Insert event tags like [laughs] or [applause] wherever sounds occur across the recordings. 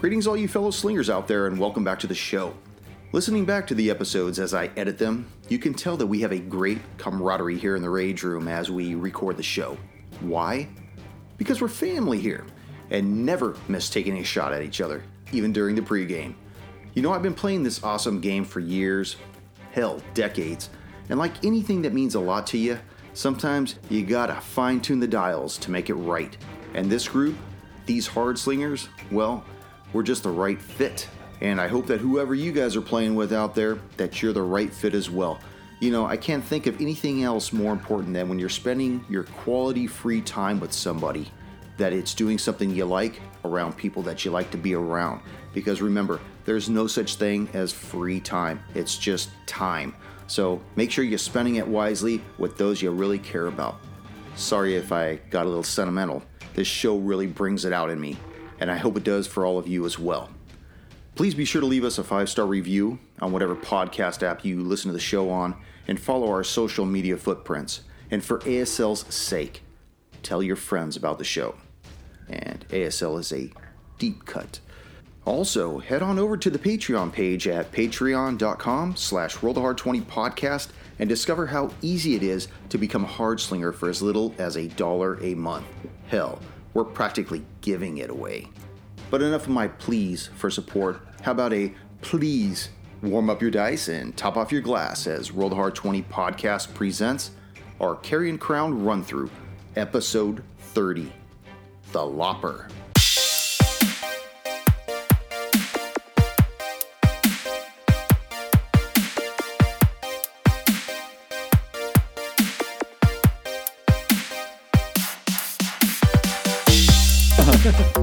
Greetings, all you fellow slingers out there, and welcome back to the show. Listening back to the episodes as I edit them, you can tell that we have a great camaraderie here in the Rage Room as we record the show. Why? Because we're family here and never miss taking a shot at each other, even during the pregame. You know, I've been playing this awesome game for years, hell, decades, and like anything that means a lot to you, sometimes you gotta fine tune the dials to make it right. And this group, these hard slingers, well, we're just the right fit. And I hope that whoever you guys are playing with out there, that you're the right fit as well. You know, I can't think of anything else more important than when you're spending your quality free time with somebody that it's doing something you like around people that you like to be around. Because remember, there's no such thing as free time, it's just time. So make sure you're spending it wisely with those you really care about. Sorry if I got a little sentimental. This show really brings it out in me, and I hope it does for all of you as well. Please be sure to leave us a five star review on whatever podcast app you listen to the show on and follow our social media footprints. And for ASL's sake, tell your friends about the show. And ASL is a deep cut. Also, head on over to the Patreon page at patreon.com slash rollthehard20 podcast and discover how easy it is to become a hard slinger for as little as a dollar a month. Hell, we're practically giving it away. But enough of my pleas for support. How about a please warm up your dice and top off your glass as Roll the Hard 20 podcast presents our Carrion Crown run through, episode 30 The Lopper. [laughs]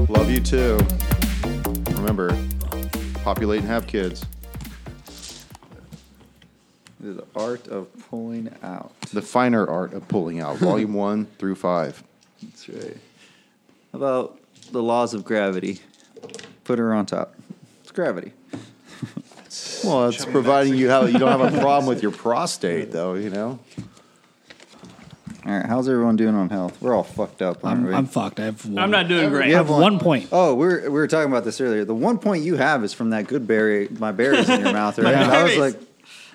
Love you too. Remember, populate and have kids. The art of pulling out. The finer art of pulling out, volume one through five. That's right. How About the laws of gravity. Put her on top. It's gravity. [laughs] Well, that's providing you how you don't have a problem with your prostate, though. You know. All right, how's everyone doing on health? We're all fucked up, aren't I'm, we? I'm fucked. I have one. I'm not doing great. You I have one, one- point. Oh, we were, we were talking about this earlier. The one point you have is from that good berry, my berries in your [laughs] mouth, right? And I was berries. like,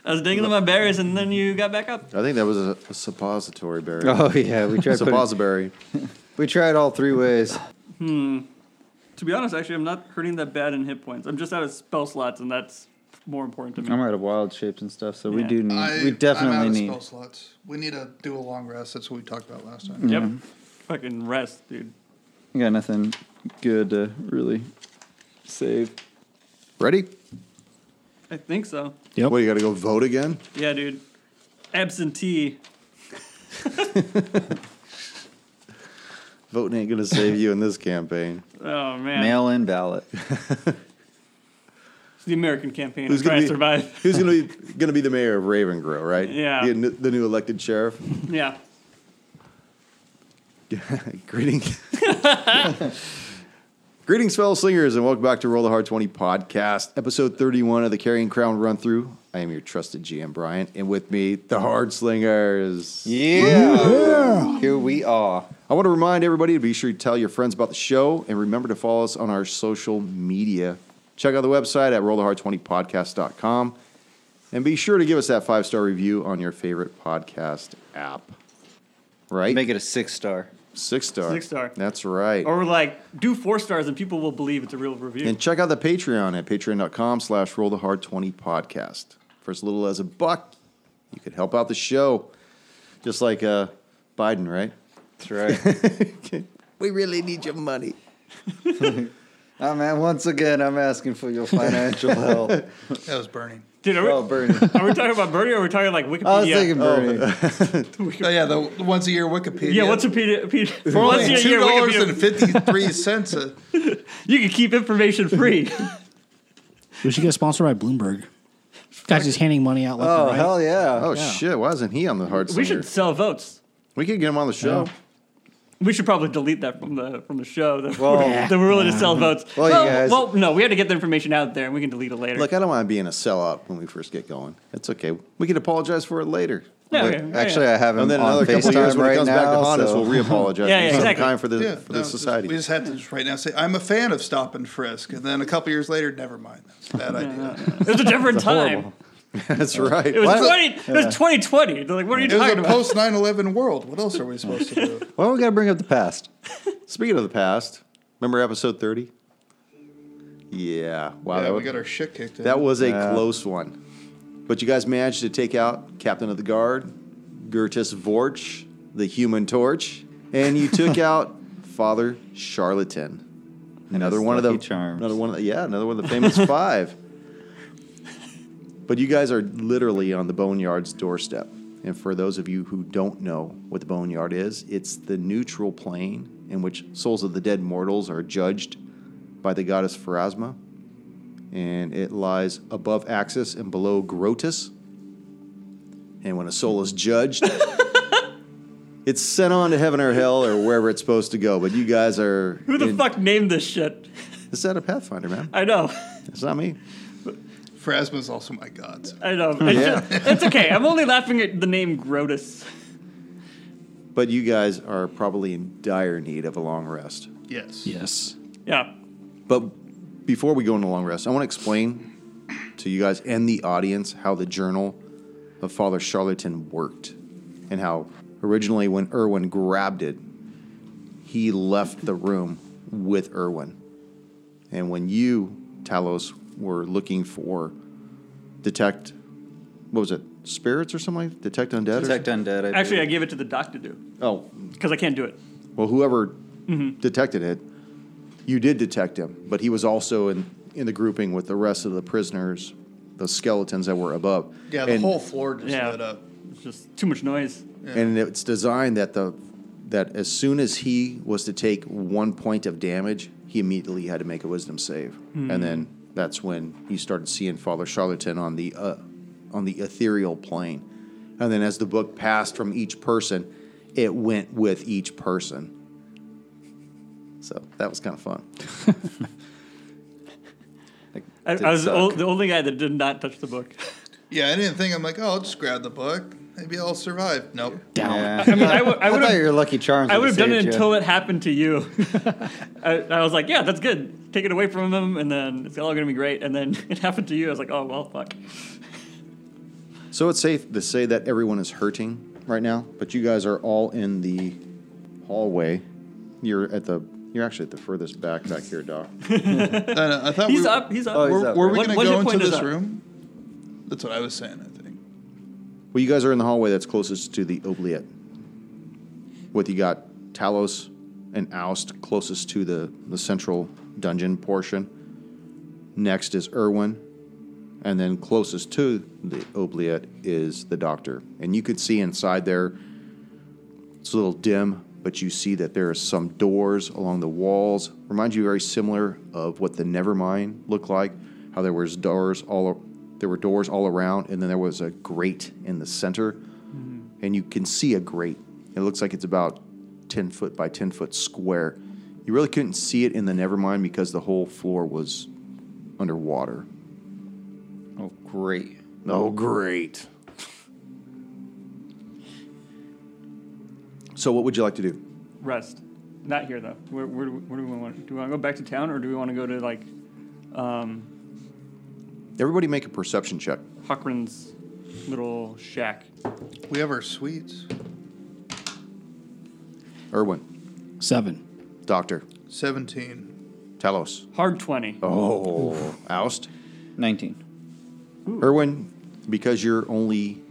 I was dangling my berries, and then you got back up. I think that was a, a suppository berry. oh [laughs] yeah, we tried. putting- Suppository. we tried all three ways. To be honest, actually, I'm not hurting that bad in hit points. I'm just out of spell slots, and that's more important to me. I'm out of wild shapes and stuff, so we Yeah. do Mm, need. I, we definitely I'm out of need. spell slots. We need to do a long rest. That's what we talked about last time. Yep. Fucking rest, dude. We got nothing good to really save. Ready? I think so. Yep. What you got to go vote again? Yeah, dude. Absentee. Voting ain't gonna save you in this campaign. Oh man. Mail in ballot. It's the American campaign. Who's I'm trying gonna to be [laughs] survive. Who's gonna be gonna be the mayor of Ravengrow, right? Yeah. The, n- the new elected sheriff. yeah. [laughs] Greetings. Greetings, fellow slingers, and welcome back to Roll the Hard 20 podcast, episode 31 of the Carrying Crown Run Through. I am your trusted GM, Bryant, and with me, the Hard Slingers. Yeah. Here we are. I want to remind everybody to be sure to tell your friends about the show and remember to follow us on our social media. Check out the website at rollthehard20podcast.com and be sure to give us that five star review on your favorite podcast app. Right? Make it a six star. six star. Six star. That's right. Or like do four stars, and people will believe it's a real review. And check out the Patreon at patreon.com slash rollthehard20 podcast. For as little as a buck, you could help out the show. Just like uh, Biden, right? That's [laughs] right. We really need your money. I'm at, Oh, once again. I'm asking for your financial help. That was burning. dude, are we, Oh, Bernie. are we talking about Bernie or are we talking like I was Wikipedia? thinking Bernie. Oh yeah, the the once a year Wikipedia. yeah, what's a Peter? Peter for once [laughs] only a two year dollars and Wikipedia? fifty three [laughs] cents? a- You can keep information free. We should get sponsored by Bloomberg. Guy's just handing money out left Oh and right. hell yeah! Oh shit! Why isn't he on the hard we singer? should sell votes. We could get him on the show. Yeah. We should probably delete that from the from the show. That [laughs] Well- we're, that we're willing to sell votes. Well, you guys- well, no, we had to get the information out there, and we can delete it later. Look, I don't want to be in a sellout when we first get going. It's okay. We can apologize for it later. Yeah, Wait, okay, yeah, actually, uh, yeah. I have him And then on another couple FaceTime years when right it comes now. back to haunt us, so- we'll re-apologize Yeah, yeah, for exactly. some kind for the, for no, the just- society. we just had to just right now say, I'm a fan of stop and frisk. And then a couple years later, never mind. That's a bad idea. [laughs] it was a different time. horrible. [laughs] That's right. It was Why- twenty. It was twenty twenty. They're like, what are you It was talking a about? post 9 11 world. What else are we supposed [laughs] to do? Why don't we gotta bring up the past? Speaking of the past, remember episode 30? Yeah. Wow. yeah, Oh, that, we was, got our shit kicked in. that was a Yeah. close one. But you guys managed to take out Captain of the Guard, Gertis Vorch, the Human Torch, and you [laughs] took out Father Charlatan. Another his one of the lucky charms. Another one. Of the, yeah, another one of the [laughs] famous five. But you guys are literally on the Boneyard's doorstep. And for those of you who don't know what the Boneyard is, it's the neutral plane in which souls of the dead mortals are judged by the goddess Pharasma. And it lies above Axis and below Grotus. And when a soul is judged, [laughs] it's sent on to heaven or hell or wherever it's supposed to go. But you guys are. Who the in- fuck named this shit? Is that a Pathfinder, man? I know. It's not me. Phrasma's also my god. so- I know. It's, just- it's okay. I'm only laughing at the name Grotus. But you guys are probably in dire need of a long rest. Yes. Yes. Yeah. But before we go into long rest, I want to explain to you guys and the audience how the journal of Father Charlatan worked and how originally when Irwin grabbed it, he left the room with Irwin. And when you, Talos, were looking for detect, what was it, spirits or something? like- Detect undead? or Detect undead. I Actually, I believe. gave it to the doc to do Oh, because I can't do it. Well, whoever detected it, you did detect him, but he was also in, in the grouping with the rest of the prisoners, the skeletons that were above. Yeah, the and, whole floor just Yeah. lit up. It's just too much noise. And it's designed that the that as soon as he was to take one point of damage, he immediately had to make a wisdom save, and then that's when he started seeing Father Charlatan on the uh, on the ethereal plane, and then as the book passed from each person, it went with each person. So that was kind of fun. I, Did I was the suck. ol- the only guy that did not touch the book. Yeah, I didn't think. I'm like, oh, I'll just grab the book. Maybe I'll survive. Nope. Down. Yeah. I mean, I would- I I would've- thought your lucky charms. I would have done it saved until you. it happened to you. [laughs] I, I was like, yeah, that's good. Take it away from him, and then it's all going to be great. And then [laughs] it happened to you. I was like, oh, well, fuck. So it's safe to say that everyone is hurting right now, but you guys are all in the hallway. You're at the you're actually at the furthest back back here, Doc. I, know, I thought He's we, up. He's up. Oh, he's Were, up, were we One- going to one hit go into point is this up. room? That's what I was saying, I think. Well, you guys are in the hallway that's closest to the oubliette. With you got Talos and Oust closest to the, the central dungeon portion. Next is Irwin. And then closest to the oubliette is the doctor. And you could see inside there, it's a little dim, but you see that there are some doors along the walls. Reminds you very similar of what the Nevermind looked like, how there was doors all there were doors all around, and then there was a grate in the center, and you can see a grate. It looks like it's about ten foot by ten foot square. You really couldn't see it in the Nevermind because the whole floor was underwater. Oh, great. Oh, great. So, what would you like to do? Rest. Not here, though. Where, where, do we- where do we want? Do we want to go back to town, or do we want to go to, like, um, Everybody make a perception check. Hockran's little shack? We have our sweets. Irwin, Seven. Doctor, 17. Talos. Hard 20. Oh, Oust. Nineteen. Irwin, because you're only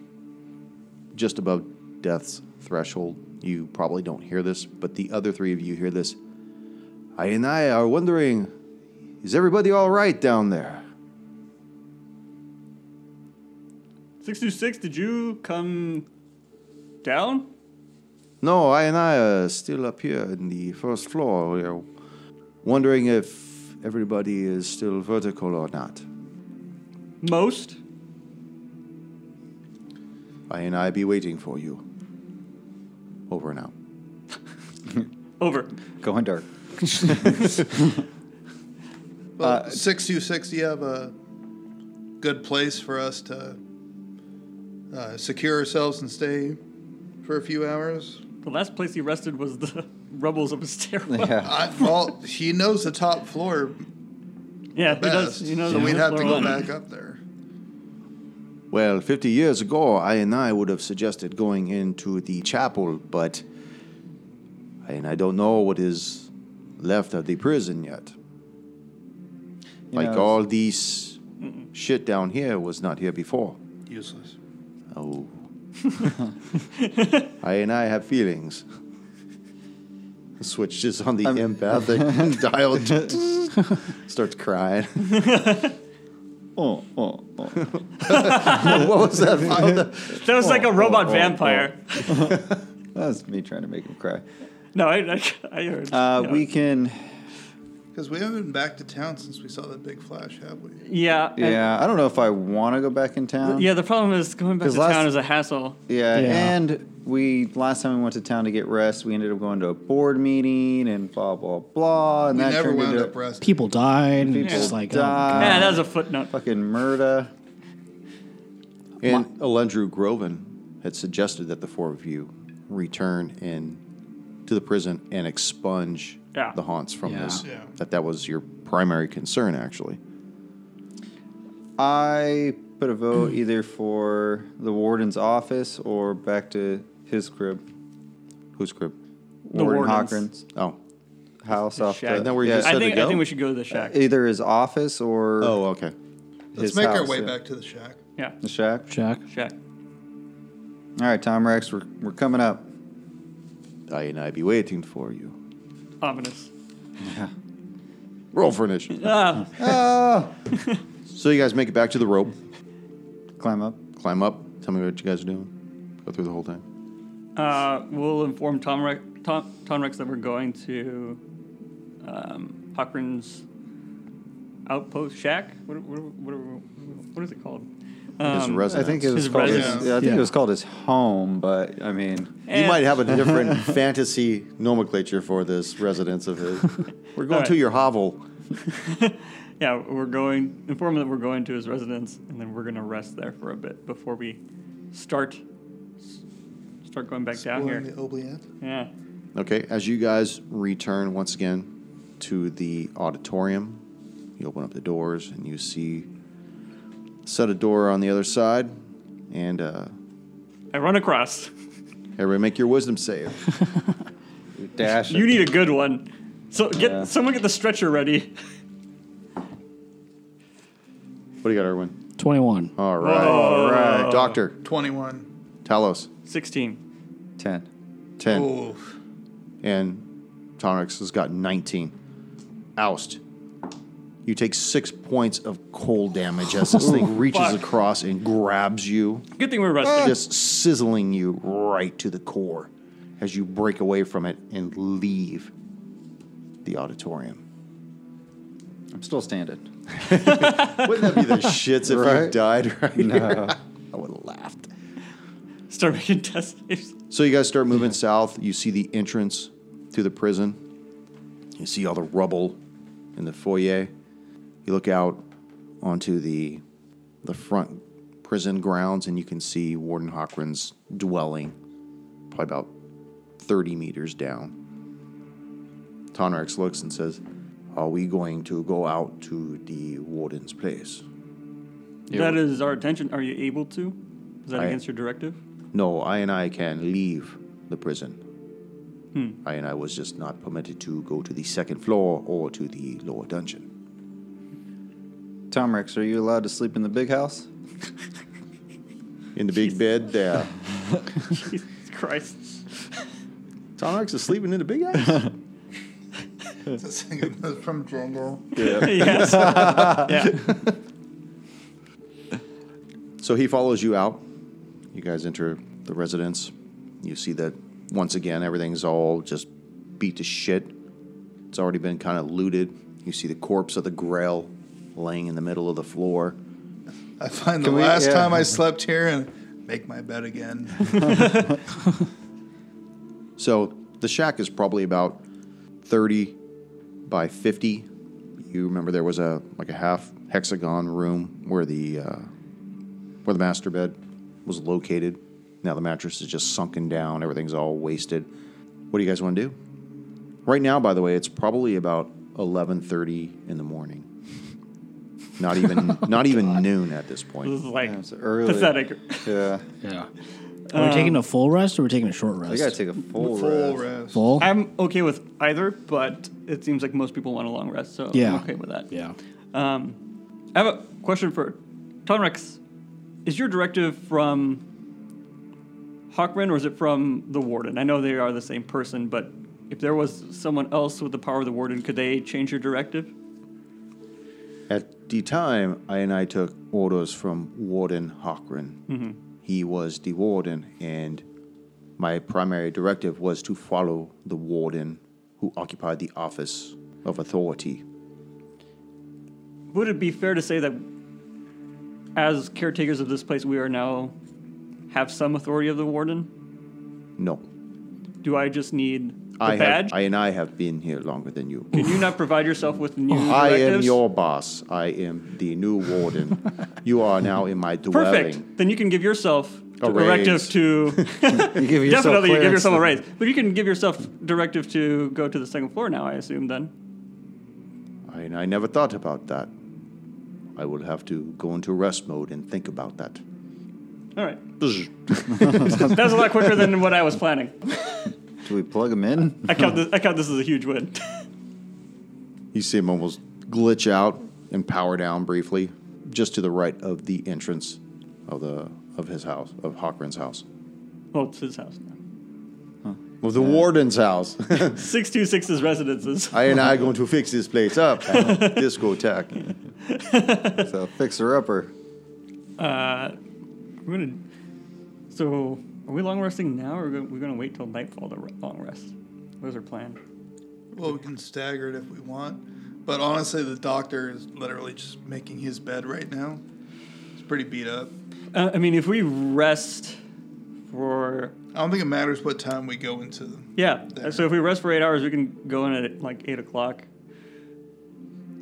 just above death's threshold, you probably don't hear this, but the other three of you hear this. I and I are wondering is everybody all right down there? 626, did you come down? No, I and I are still up here in the first floor. We are wondering if everybody is still vertical or not. Most? I and I be waiting for you. Over and out. Over. Going dark. Uh, Well, six two six. Do you have a good place for us to uh, secure ourselves and stay for a few hours? The last place he rested was the [laughs] rebels of a stairwell. Yeah, Yeah. I, [laughs] well, he knows the top floor he best, does. You know, so the we'd have to floor go one. back up there. Well, 50 years ago, I and I would have suggested going into the chapel, but. And I don't know what is left of the prison yet. You like know, all these shit down here was not here before. Useless. [laughs] Oh. I and I have feelings. Switch is on the [laughs] empathic dial. Starts crying. Oh, oh, oh. [laughs] what was that? from? That was like a robot vampire. That's me trying to make him cry. No, I, I, I heard. Uh, yeah. We can. Because we haven't been back to town since we saw that big flash, have we? Yeah. and- Yeah, I don't know if I want to go back in town. Yeah, the problem is going back 'Cause to last- town is a hassle. Yeah, Yeah. and we last time we went to town to get rest, we ended up going to a board meeting and blah blah blah, and We that never turned wound into up resting. People died. and it's People just like, oh, died. God. yeah, that was a footnote. fucking murder. And Elendrew Groven had suggested that the four of you return in to the prison and expunge Yeah. the haunts from Yeah. this. Yeah. That that was your primary concern, actually. I put a vote [clears throat] either for the warden's office or back to his crib, Who's crib? The Warden warden's. Hawkins' Oh, house off shack. the. Isn't that where you yeah, Uh, just I said think to go? I think we should go to the shack. either his office or oh, okay. Let's his make our house, way yeah. back to the shack. yeah, the shack. Jack. shack. All right, Tom Rex, we're we're coming up. I and I be waiting for you. Ominous. Ah, Roll for initiative. so you guys make it back to the rope, Climb up. climb up. Tell me what you guys are doing. Go through the whole thing. Uh, we'll inform Tom Rex, Tom, Tom Rex that we're going to um, Cochrane's outpost shack. What, what, what, what is it called? His Um, I residence. think it was His called. His, residence. yeah, I think Yeah. it was called his home, but I mean. you and- might have a [laughs] different fantasy nomenclature for this residence of [laughs] his. We're going right. to your hovel. yeah, we're going. Inform him that we're going to his residence, and then we're going to rest there for a bit before we start start going back down Exploring here. the Obliette. Yeah. Okay, as you guys return once again to the auditorium, you open up the doors and you see set a door on the other side, and uh, I run across. everybody make your wisdom save. Dash. You need a good one. So get Yeah. someone get the stretcher ready. what do you got, Erwin? 21. All right, Uh, all right, Doctor Twenty-one. Talos, Sixteen. ten. ten, Oh, and Tonix has got nineteen. Oust. You take six points of cold damage as this [laughs] thing reaches Fuck. across and grabs you. Good thing we're resting. just sizzling you right to the core as you break away from it and leave the auditorium. I'm still standing. Wouldn't that be [laughs] the shits if you Right? died right No. here? [laughs] I would have laughed. Ah. Start making test saves. So you guys start moving south. You see the entrance to the prison. You see all the rubble in the foyer. You look out onto the the front prison grounds, and you can see Warden Hochran's dwelling, probably about thirty meters down. Tonrex looks and says, "Are we going to go out to the warden's place?" That is our attention. Are you able to? Is that I- against your directive? [laughs] No, I and I can leave the prison. I and I was just not permitted to go to the second floor or to the lower dungeon. Tom Rex, are you allowed to sleep in the big house? In the big bed there. Jesus Christ. Tonrex is sleeping in the big house? [laughs] that's from Jungle. [laughs] yes. yeah. [laughs] so he follows you out. You guys enter the residence. You see that once again everything's all just beat to shit. It's already been kind of looted. You see the corpse of the Grail laying in the middle of the floor. I find the Can we- last yeah. time I slept here and make my bed again. So the shack is probably about 30 by 50. You remember there was a like a half hexagon room where the uh, where the master bed was located. Now the mattress is just sunken down. Everything's all wasted. What do you guys want to do? Right now, by the way, it's probably about 11:30 in the morning. Not even not even noon at this This is point. like Yeah, it's early. pathetic. Yeah. Yeah. Are Um, we taking a full rest or are we taking a short rest? I gotta take a full, Full rest. rest. full. I'm okay with either, but it seems like most people want a long rest, so Yeah. I'm okay with that. Yeah. Um, I have a question for Tonrex. Is your directive from Hawkman or is it from the Warden? I know they are the same person, but if there was someone else with the power of the Warden, could they change your directive? At the time, I and I took orders from Warden Hochran. Mm-hmm. He was the warden, and my primary directive was to follow the warden who occupied the office of authority. Would it be fair to say that as caretakers of this place, we are now have some authority of the Warden? No, Do I just need the I badge? have, I and I have been here longer than you. Can you not provide yourself with new I am directives? your boss. I am the new [laughs] warden. you are now in my dwelling. Perfect. Then you can give yourself A directive raise. [laughs] to You give yourself Definitely, you give clearance yourself a to- raise, but you can give yourself directive to go to the second floor now. I assume then. I and I never thought about that. I will have to go into rest mode and think about that. All right, [laughs] that was a lot quicker than what I was planning. Do we plug him in? I count this. I count this as a huge win. [laughs] You see him almost glitch out and power down briefly, just to the right of the entrance of the of his house, of Hawkman's house, well, it's his house. of the warden's house. Six two six's [laughs] residences. I and I going to fix this place up, [laughs] discotheque. so fixer upper. Uh, We're gonna. So, are we long resting now, or are we gonna wait till nightfall to re- long rest? What is our plan? Well, we can stagger it if we want. But honestly, the doctor is literally just making his bed right now. He's pretty beat up. Uh, I mean, if we rest for I don't think it matters what time we go into them. yeah, There. so if we rest for eight hours, we can go in at like eight o'clock.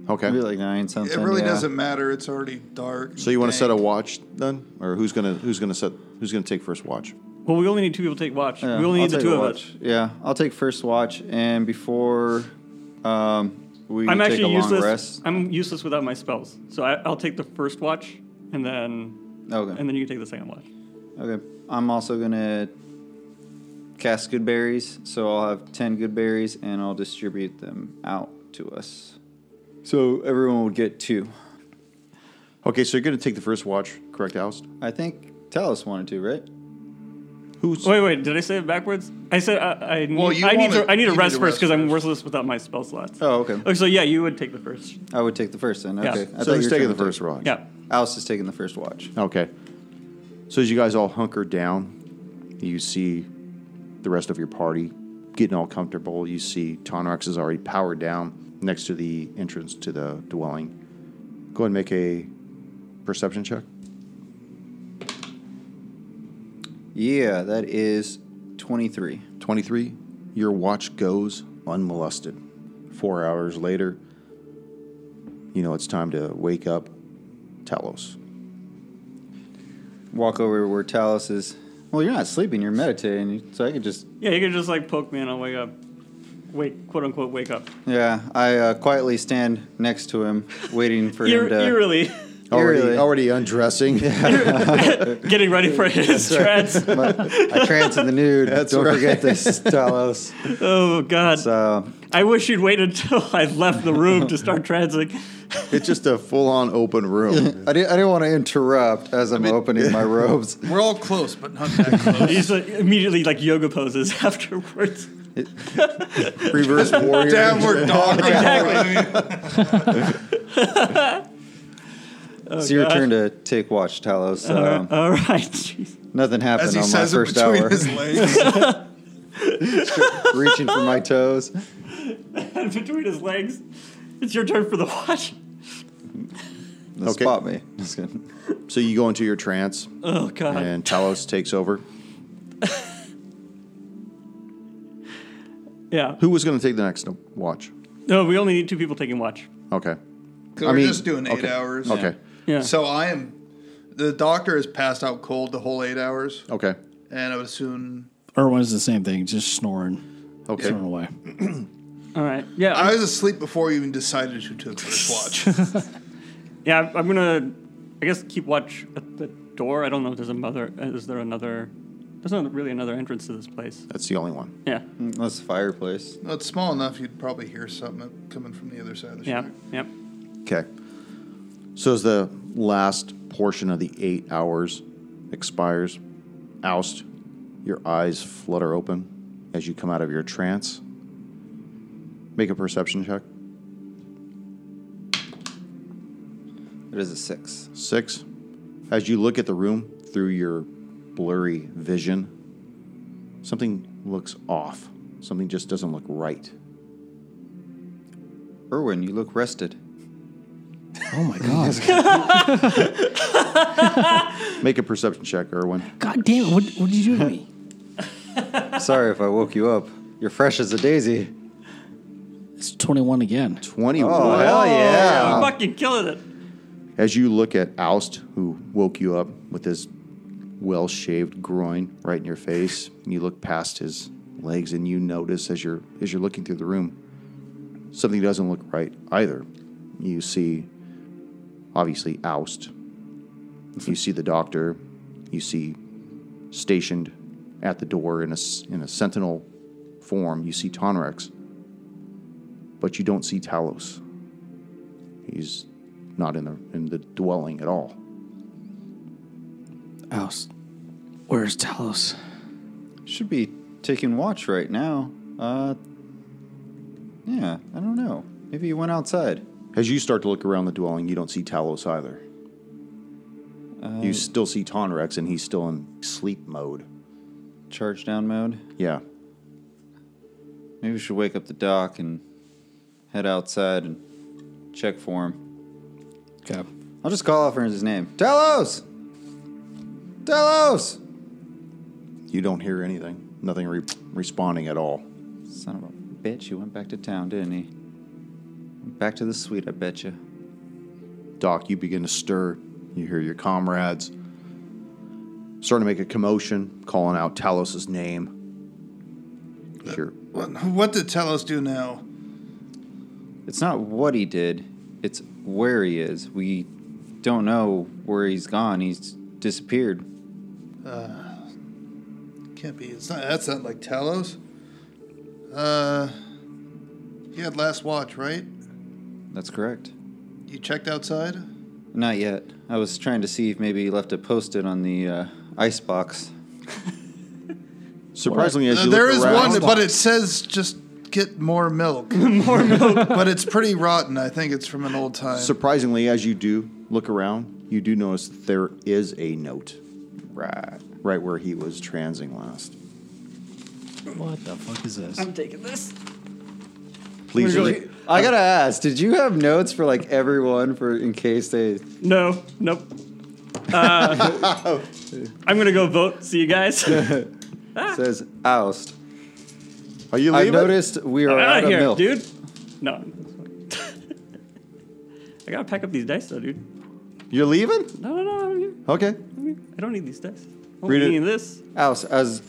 Okay. Maybe like nine something. It really yeah. doesn't matter. It's already dark. So you want to set a dank. watch then, or who's gonna who's gonna set who's gonna take first watch? Well, we only need two people to take watch. Yeah, we only I'll need the take two a of us. watch. Yeah, I'll take first watch, and before um, we I'm take a actually long useless. rest. I'm useless without my spells. So I, I'll take the first watch, and then Okay. and then you can take the second watch. Okay. I'm also gonna cast good berries, so I'll have ten good berries, and I'll distribute them out to us. So everyone would get two. Okay, so you're gonna take the first watch, correct, Oust? I think Talus wanted to, right? Who's Wait, wait, did I say it backwards? I said I, I need, Well, you I need wanna- to I need you to need rest to first rest because I'm first. worthless without my spell slots. Oh, okay. Okay, so yeah, you would take the first. I would take the first then. Okay. Uh, Yeah. I thought so you who's were taking the trying to first take- watch? Yeah. Alice is taking the first watch. Okay. So as you guys all hunker down, you see the rest of your party getting all comfortable. You see Tonrax is already powered down next to the entrance to the dwelling. Go ahead and make a perception check. Yeah, that is twenty-three. 23, your watch goes unmolested. Four hours later, you know it's time to wake up Talos. Walk over where Talus is. Well, you're not sleeping. You're meditating, so I could just Yeah, you can just like poke me and I'll wake up. Wake, quote unquote, wake up. Yeah, I uh, quietly stand next to him, waiting for Eer- him to. [laughs] eerily Already, Eerily. already undressing. getting ready for his trance. I trance in the nude. Don't forget this, Talos. Oh God! So I wish you'd wait until [laughs] I left the room to start trancing. it's just a full-on open room. [laughs] I didn't, I didn't want to interrupt as I'm opening [laughs] Oh, my robes. We're all close, but not that [laughs] close. He's like, immediately like yoga poses [laughs] afterwards. Reverse warrior. Downward dog. Exactly. it's your God. turn to take watch, Talos. So All right. [laughs] Jeez. nothing [laughs] Uh-huh. As happened he on my says it first between hour. his legs. [laughs] Reaching for [laughs] my toes. And between his legs, it's your turn for the watch. Then Okay. Spot me. Just kidding. So you go into your trance, Oh God. and Talos takes over. Yeah. Who was going to take the next watch? No, we only need two people taking watch. Okay. Because I we're mean, just doing eight okay. hours. Okay. Yeah. So I am. The doctor is passed out cold the whole eight hours, Okay. and I would assume. Irwin's the same thing, just snoring, Okay. snoring away. All right. Yeah. I was asleep before you even decided who took first watch. yeah. I'm gonna, I guess, keep watch at the door. I don't know if there's a mother. Is there another? There's not really another entrance to this place. That's the only one. Yeah. That's the fireplace. well, it's small enough you'd probably hear something coming from the other side of the Yeah. shack. Yeah. Okay. So as the last portion of the eight hours expires, oust, your eyes flutter open as you come out of your trance. Make a perception check. It is a six. Six. As you look at the room through your blurry vision, something looks off. Something just doesn't look right. Irwin, you look rested. Oh my god! Make a perception check, Erwin. god damn it! What, what did you do to me? Sorry if I woke you up. You're fresh as a daisy. It's twenty-one again. 21. Oh, hell yeah. I'm fucking killing it. As you look at Oust, who woke you up with his well shaved groin right in your face, and you look past his legs and you notice as you're as you're looking through the room, something doesn't look right either. You see obviously Oust. You see the doctor, you see stationed at the door in a, s- in a sentinel form, you see Tonrex. But you don't see Talos. He's not in the in the dwelling at all. Oust. Where's Talos? Should be taking watch right now. Uh, yeah, I don't know. Maybe you went outside. As you start to look around the dwelling, you don't see Talos either. you still see Tonrex, and he's still in sleep mode. Charge down mode. Yeah, Maybe we should wake up the doc and head outside and check for him. Okay. I'll just call out for his name. Talos! Talos! you don't hear anything. Nothing re- responding at all. Son of a bitch, he went back to town, didn't he? Back to the suite, I bet you. Doc, you begin to stir. You hear your comrades starting to make a commotion, calling out Talos's name. You hear- Uh, What, what did Telos do now? It's not what he did, it's where he is. We don't know where he's gone. He's disappeared. Can't be. It's not. That's not like Talos. Uh, you had last watch, right? That's correct. You checked outside. Not yet. I was trying to see if maybe he left it posted on the uh, icebox. surprisingly, as Uh, you there look is around, one, but it says just get more milk. more milk. but it's pretty rotten. I think it's from an old time. surprisingly, as you do look around, you do notice that there is a note Right. right where he was transing last. What the fuck is this? I'm taking this. Please, Really? read- I gotta ask, did you have notes for like everyone for in case they? No. Nope. [laughs] Uh, I'm gonna go vote. See you guys. says oust. are you I leaving? noticed we are out out of of here, milk. dude. No. [laughs] I gotta pack up these dice though, dude. You're leaving? No, no, no. I'm here. Okay. I'm here. I don't need these dice. I Read Read it. need this. Oust, as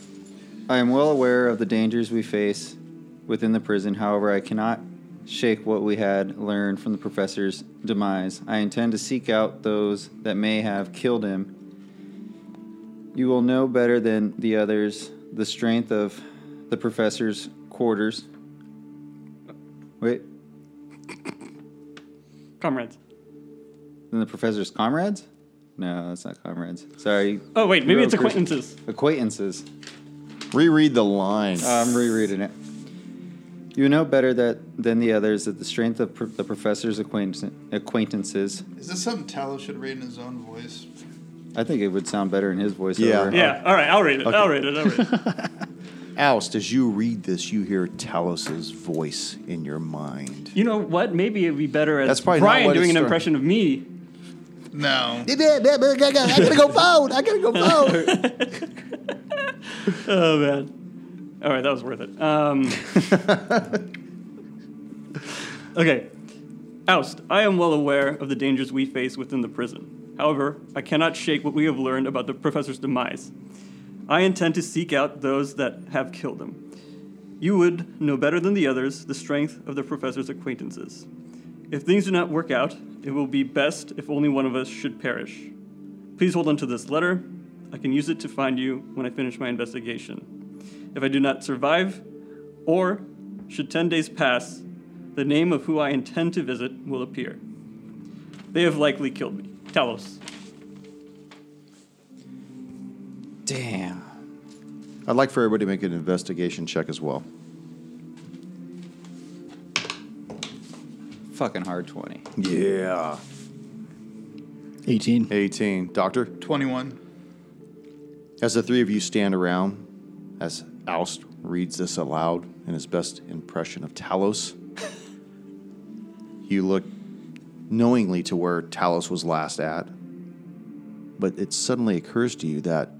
I am well aware of the dangers we face within the prison, however, I cannot shake what we had learned from the professor's demise. I intend to seek out those that may have killed him. You will know better than the others the strength of the professor's quarters. Wait, Comrades. than the professor's comrades? No, that's not comrades. Sorry. Oh, wait. Maybe You're it's okay. acquaintances. Acquaintances. Reread the line. I'm rereading it. You know better that than the others that the strength of pr- the professor's acquaintance, acquaintances. is this something Talos should read in his own voice? I think it would sound better in his voice. Yeah. over- Yeah. All right. I'll read it. I'll read it. I'll read [laughs] it. Oust, as you read this, you hear Talos's voice in your mind. you know what? Maybe it'd be better as That's probably not Brian what doing it's an doing. impression of me. No. I gotta go vote. I gotta go vote. Oh man. All right, that was worth it. Um, okay. Oust, I am well aware of the dangers we face within the prison. However, I cannot shake what we have learned about the professor's demise. I intend to seek out those that have killed him. You would know better than the others the strength of the professor's acquaintances. If things do not work out, it will be best if only one of us should perish. Please hold on to this letter. I can use it to find you when I finish my investigation. If I do not survive, or should 10 days pass, the name of who I intend to visit will appear. They have likely killed me. Talos. [laughs] [laughs] Damn. I'd like for everybody to make an investigation check as well. Fucking hard 20. Yeah. 18. 18. Doctor? 21. As the three of you stand around, as Oust reads this aloud in his best impression of Talos, you look knowingly to where Talos was last at, but it suddenly occurs to you that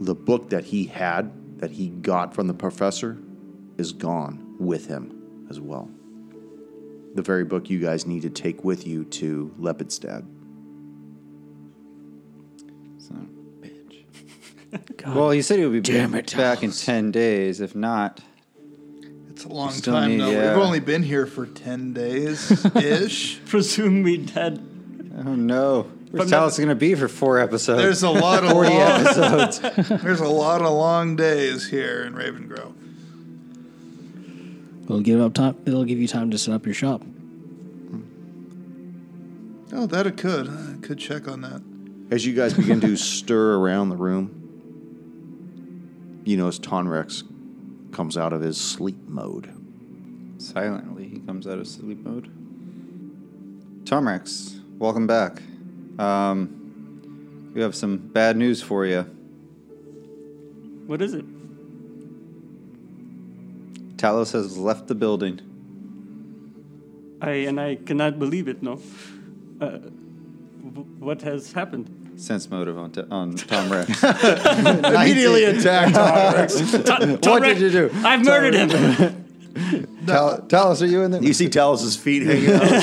the book that he had, that he got from the professor, is gone with him as well. The very book you guys need to take with you to Lepidstad. Son of a bitch. well, he said he would be damn back, it, back in 10 days. If not, It's a long Still time need- now. yeah. We've only been here for 10 days [laughs] ish. Presume me dead. I don't know. Where's I'm not- Talos going to be for four episodes? There's a lot of 40 long, episodes. [laughs] [laughs] there's a lot of long days here in Raven Grove. It'll give up time. It'll give you time to set up your shop. Oh, that it could. I could check on that. As you guys begin to stir around the room, you notice Tonrex comes out of his sleep mode. Silently, he comes out of sleep mode. Tomrex, welcome back. Um, we have some bad news for you. What is it? Talos has left the building. I and I cannot believe it. No. Uh, w- what [laughs] has happened? Sense motive on, t- on [laughs] Tomrex. Immediately attacked what did you do? I've murdered him. [laughs] Tal- Talos, are you in there? You see Talos' feet hanging out of [laughs]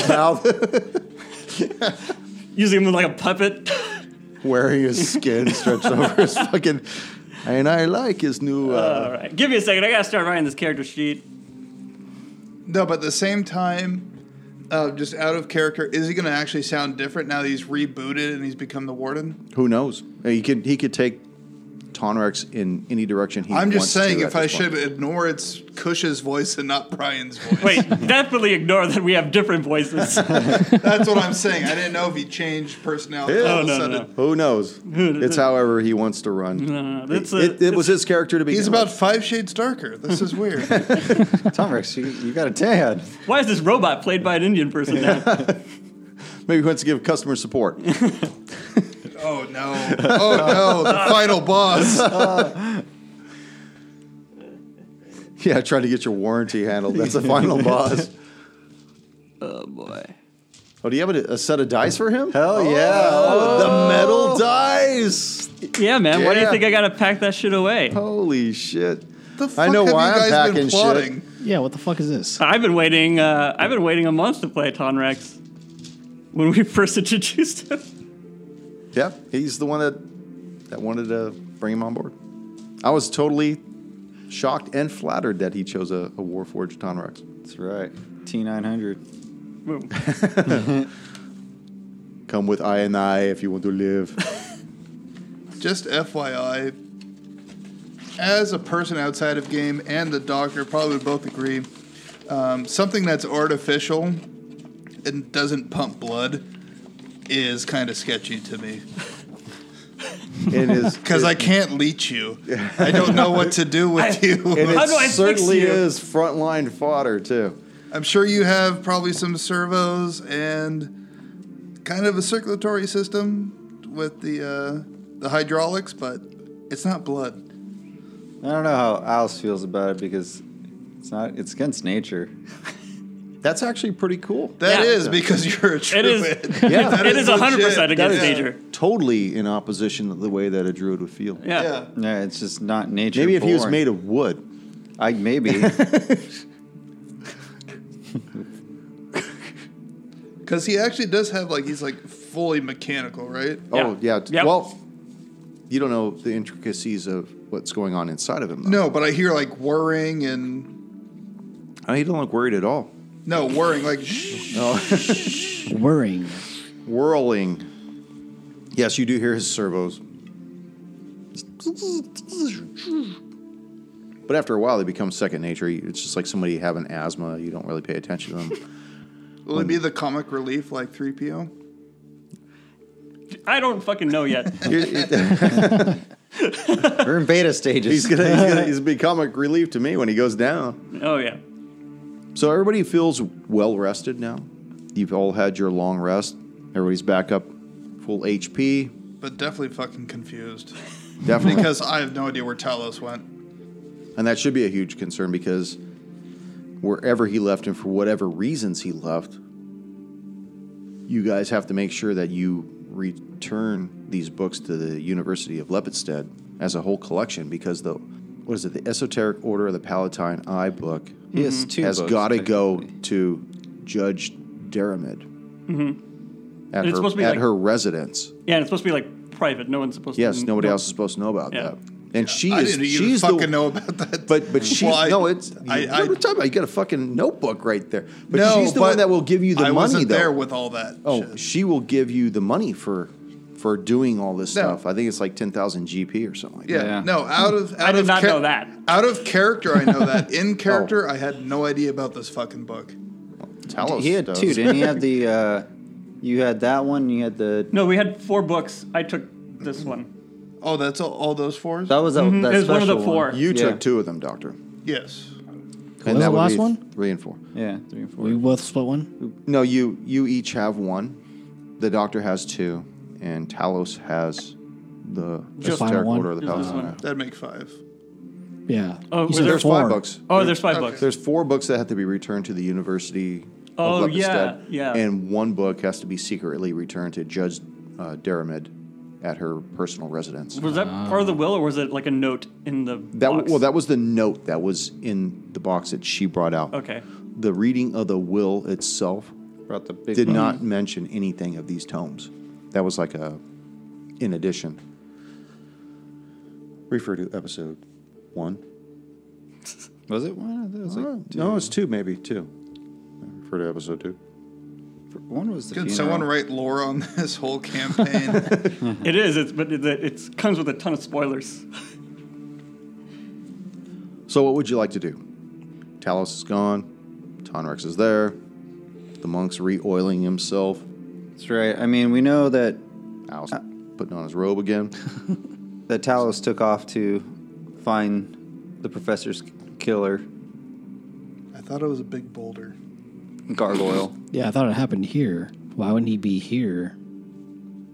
his mouth, Using him like a puppet. [laughs] wearing his skin stretched over his fucking. And I like his new. Uh, All right, give me a second. I gotta start writing this character sheet. No, but at the same time, uh, just out of character, is he going to actually sound different now that he's rebooted and he's become the warden? who knows? Uh, He could he could take Tonrex in any direction he I'm wants just saying, to if at I this point. should ignore it's Cush's voice and not Brian's voice. Wait, definitely ignore that we have different [laughs] voices. That's what I'm saying. I didn't know if he changed personality Yeah. all Oh, of a no, no, sudden. no. Who [laughs] knows? it's however he wants to run. no, no, Uh, that's a- it, it was his character to be. He's about five shades darker. This is weird. Tomrex, you, you got a tan. Why is this robot played by an Indian person now? Maybe he wants to give customer support. Oh no! Oh no! The [laughs] final boss. Yeah, trying to get your warranty handled. That's the [laughs] final boss. oh boy. Oh, do you have a, a set of dice for him? Oh, Hell yeah. The metal Oh. dice. Yeah, man. Why do you Yeah. think I gotta pack that shit away? Holy shit. The fuck I know have why you I'm guys packing been shit. plotting? Yeah. What the fuck is this? I've been waiting. Uh, I've been waiting a month to play Tonrex. When we [laughs] first introduced him, Yeah, he's the one that that wanted to bring him on board. I was totally shocked and flattered that he chose a, a Warforged Tonrex. That's right. T900. Boom. Come with I and I if you want to [laughs] live. Just FYI, as a person outside of game and the doctor probably would both agree, um, something that's artificial and doesn't pump blood is kind of sketchy to me It is [laughs] because I can't [laughs] leech you. I don't know what to do with I- you. And it How do I fix certainly you? is frontline fodder too. I'm sure you have probably some servos and kind of a circulatory system with the uh, the hydraulics, but it's not blood. I don't know how Alice feels about it because it's not. It's against nature. [laughs] That's actually pretty cool. That Yeah. is because you're a It druid. is. [laughs] Yeah. That it is hundred legit. percent That against is- nature. Totally in opposition to the way that a druid would feel. Yeah. Yeah. Yeah, it's just not nature. Maybe if he was born. made of wood. [laughs] I maybe. Because he actually does have like he's like fully mechanical, right? Oh yeah. Yeah. Yep. Well, you don't know the intricacies of what's going on inside of him. Though. No, but I hear like whirring and I mean, Uh, he don't look worried at all. no whirring like shh. Whirring. Whirling. Yes, you do hear his servos. But after a while, they become second nature. It's just like somebody having asthma. You don't really pay attention to [laughs] them. Will it be the comic relief like three PO? I don't fucking know yet. [laughs] We're in beta [laughs] stages. he's gonna, he's gonna, he's become a relief to me when he goes down. oh yeah. So everybody feels well rested now. You've all had your long rest. Everybody's back up, full HP. But definitely fucking confused [laughs] Definitely, because I have no idea where Talos went. and that should be a huge concern because wherever he left and for whatever reasons he left, you guys have to make sure that you return these books to the University of Lepidstead as a whole collection because the what is it? The Esoteric Order of the Palatine Eye book He has two has books, got to go technically. to Judge Derrimid at, Mm-hmm. And it's her, supposed to be at like- her residence. Yeah, and it's supposed to be like private. Mm-hmm. No one's supposed to Yes, kn- nobody know. else is supposed to know about Yeah. that. And she I is didn't even she's fucking the know about that. but but she Well, I- no it's I- I, I- you got a fucking notebook right there. But no, she's the but one that will give you the I money wasn't though. there with all that. oh, shit. she will give you the money for for doing all this No. stuff. I think it's like ten thousand GP or something like Yeah, Yeah. no. Out of out did of not know that. Out of character, I know [laughs] that. Oh. In character, I had no idea about this fucking book. that. Talos he had does. two, didn't he? Had the uh, you had that one. and You had the No, we had four books. I took this one. Oh, that's all, all those fours. that was that, that Mm-hmm. It was one of the special four. You Yeah. took two of them, Doctor. yes. was the would last be one? Three and four. Yeah, three and four. We both split one. No, you you each have one. The Doctor has two, and Talos has the Just esoteric one. order of the Just this Palatine. one. That'd make five. Yeah. Oh, You was said there There's four. five books. Oh, there's five Okay. books. There's four books that have to be returned to the University Oh, of Lepidstead, yeah, yeah. and one book has to be secretly returned to Judge uh, Derrimid at her personal residence. Was that part of the will, or was it like a note in the That box? well, that was the note that was in the box that she brought out. okay. The reading of the will itself Brought the big Mm-hmm. did one. not mention anything of these tomes. That was like a in addition. Refer to episode one. Was it one? I thought It was like Uh, No, it's two, maybe two. Refer to episode two. one was the Could funeral. someone write lore on [laughs] this [laughs] whole campaign? It is. It's but it it's, comes with a ton of spoilers. So, what would you like to do? Talos is gone. Tonrex is there. The monk's re-oiling himself. That's right. I mean, we know that Al's Uh. putting on his robe again. [laughs] that Talos took off to find the professor's killer I thought it was a big boulder. gargoyle. Yeah, I thought it happened here. Why wouldn't he be here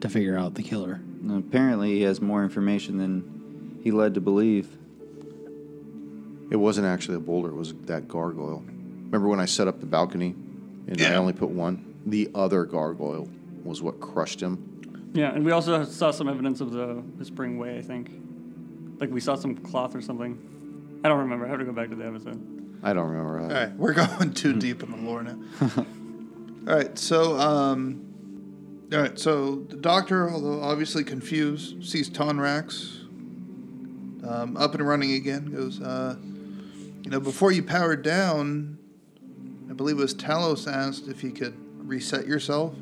to figure out the killer? And apparently, he has more information than he led to believe. It wasn't actually a boulder. It was that gargoyle. Remember when I set up the balcony, and I Yeah. only put one. The other gargoyle was what crushed him. Yeah, and we also saw some evidence of the, the spring way. I think, like we saw some cloth or something. I don't remember. I have to go back to the episode. I don't remember. How All right, we're [laughs] going too deep in the lore now. all right, so um, all right, so the doctor, although obviously confused, sees Tonrax um, up and running again. Goes, uh, you know, before you powered down, I believe it was Talos asked if he could reset yourself.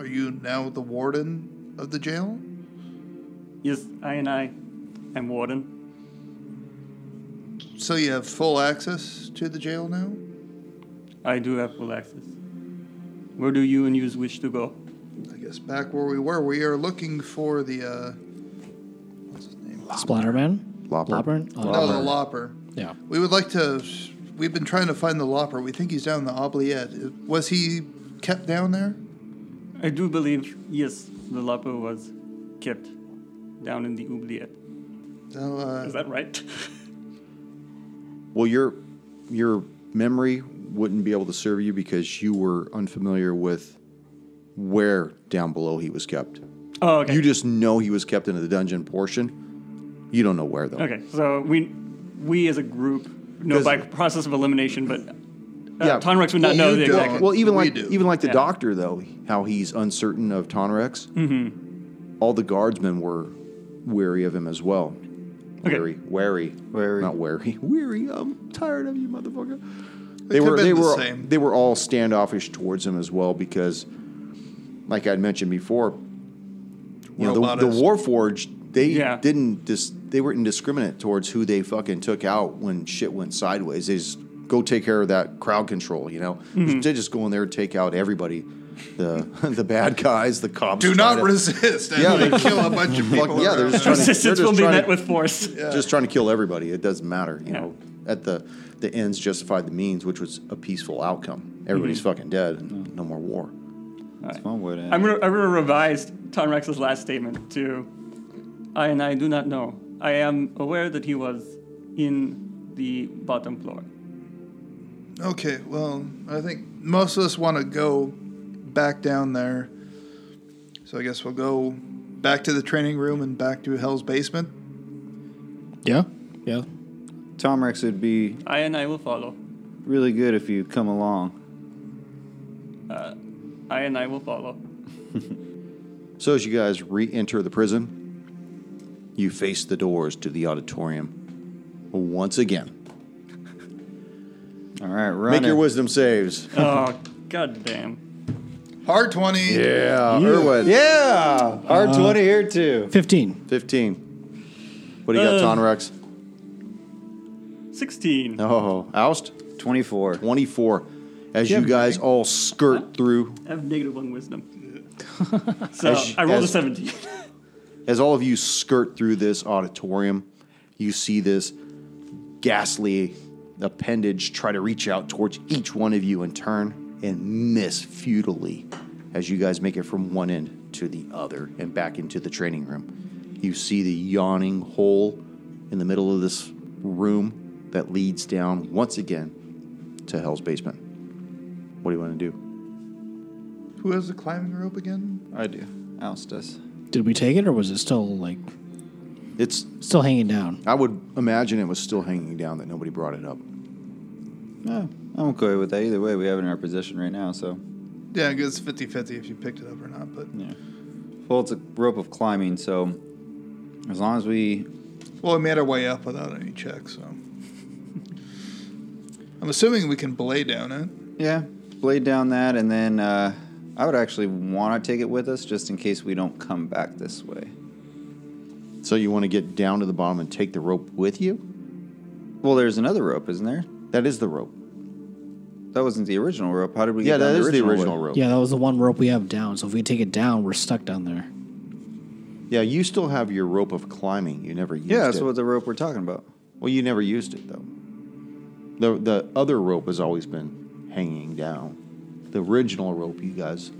Are you now the warden of the jail? Yes, I and I, am warden. So you have full access to the jail now. I do have full access. Where do you and yous wish to go? I guess back where we were, we are looking for the uh, what's his name? Splatterman? Lopper. Lopper? Oh, No, the lopper. Yeah. We would like to. We've been trying to find the lopper. We think he's down in the oubliette. Was he kept down there? I do believe yes, the Lapo was kept down in the oubliette. So, uh, Is that right? [laughs] Well, your your memory wouldn't be able to serve you because you were unfamiliar with where down below he was kept. oh, okay. You just know he was kept into the dungeon portion. You don't know where though. Okay, so we we as a group know 'Cause- by process of elimination, but uh, Yeah. Tonrex would not Well, know you the don't. exact. Exactly. Well, even We like do. even like the Yeah. doctor though, how he's uncertain of Tonrex. Mm-hmm. All the guardsmen were weary of him as well. Okay. Weary, wary, Wary. not wary, [laughs] weary. I'm tired of you, motherfucker. They could've were been they the were same. they were all standoffish towards him as well because, like I'd mentioned before, you know the, the Robotus. Warforged they Yeah. didn't dis- they were indiscriminate towards who they fucking took out when shit went sideways. They just go take care of that crowd control, you know. Mm-hmm. They just go in there and take out everybody, the [laughs] the bad guys, the cops. Do trying not to- resist. And Yeah, yeah, they they- kill a bunch of people. yeah, around there's there. trying to- [laughs] Resistance they're just will be trying met to- [laughs] with force. Just trying to kill everybody. It doesn't matter, you Yeah. know. At the the ends justify the means, which was a peaceful outcome. Everybody's Mm-hmm. fucking dead. and No more war. That's one way to end I'm it. gonna, I'm gonna revise Tonrex's last statement to I and I do not know. I am aware that he was in the bottom floor. Okay, well, I think most of us want to go back down there. So I guess we'll go back to the training room and back to Hell's basement. Yeah. Yeah. Tom Rex would be I and I will follow. really good if you come along. I and I will [laughs] follow. So as you guys re-enter the prison, you face the doors to the auditorium once again. All right, run. Make your it. wisdom saves. Oh, goddamn. Hard 20. Yeah, Irwin. Yeah, hard twenty here too. 15. 15. What do you got, Uh. Tonrex? 16. Oh, oust? Twenty-four. 24. As you guys all skirt through, I have negative one wisdom. [laughs] so As- I rolled a as- 17. as all of you skirt through this auditorium, you see this ghastly appendage try to reach out towards each one of you in turn and miss futilely as you guys make it from one end to the other and back into the training room. You see the yawning hole in the middle of this room that leads down once again to Hell's basement. What do you want to do? Who has the climbing rope again? I do. Oust us. Did we take it or was it still like It's still hanging down? I would imagine it was still hanging down that nobody brought it up. No, I'm okay with that. Either way, we have it in our possession right now. So, Yeah, it goes 50 50 if you picked it up or not. But yeah. Well, it's a rope of climbing, so as long as we, Well, we made our way up without any checks, so. I'm assuming we can belay down it. yeah, blade down that, and then uh, I would actually want to take it with us just in case we don't come back this way. So you want to get down to the bottom and take the rope with you? Well, there's another rope, isn't there? That is the rope. That wasn't the original rope. How did we yeah, get down that is the way? original rope. Yeah, that was the one rope we have down. So if we take it down, we're stuck down there. Yeah, you still have your rope of climbing. You never used Yeah, it. that's what the rope we're talking about. well, you never used it though. The the other rope has always been hanging down. The original rope, you guys.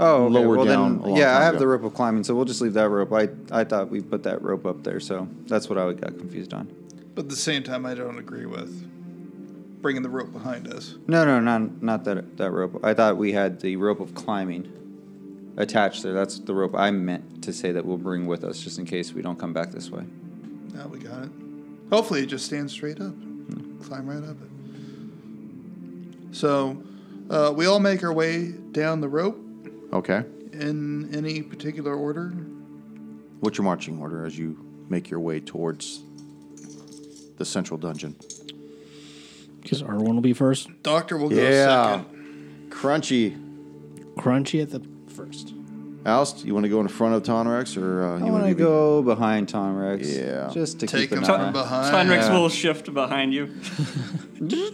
Oh, okay. Lower well, down a Then, long yeah, time I have ago. the rope of climbing, so we'll just leave that rope. I I thought we put that rope up there, so that's what I got confused on. But at the same time, I don't agree with bringing the rope behind us. No, no, not not that that rope. I thought we had the rope of climbing attached there. That's the rope I meant to say that we'll bring with us just in case we don't come back this way. Now we got it. Hopefully, it just stands straight up. Climb right up it. So, uh, we all make our way down the rope Okay. in any particular order. What's your marching order as you make your way towards the central dungeon? Because our one will be first. Doctor will go Yeah. second. Crunchy. Crunchy at the first. Oust, you want to go in front of Tonrex or uh, you I want to to go behind Tom Rex. Yeah. Just to Take keep him an from eye. Uh-huh. behind. Tonrex will shift behind you. [laughs]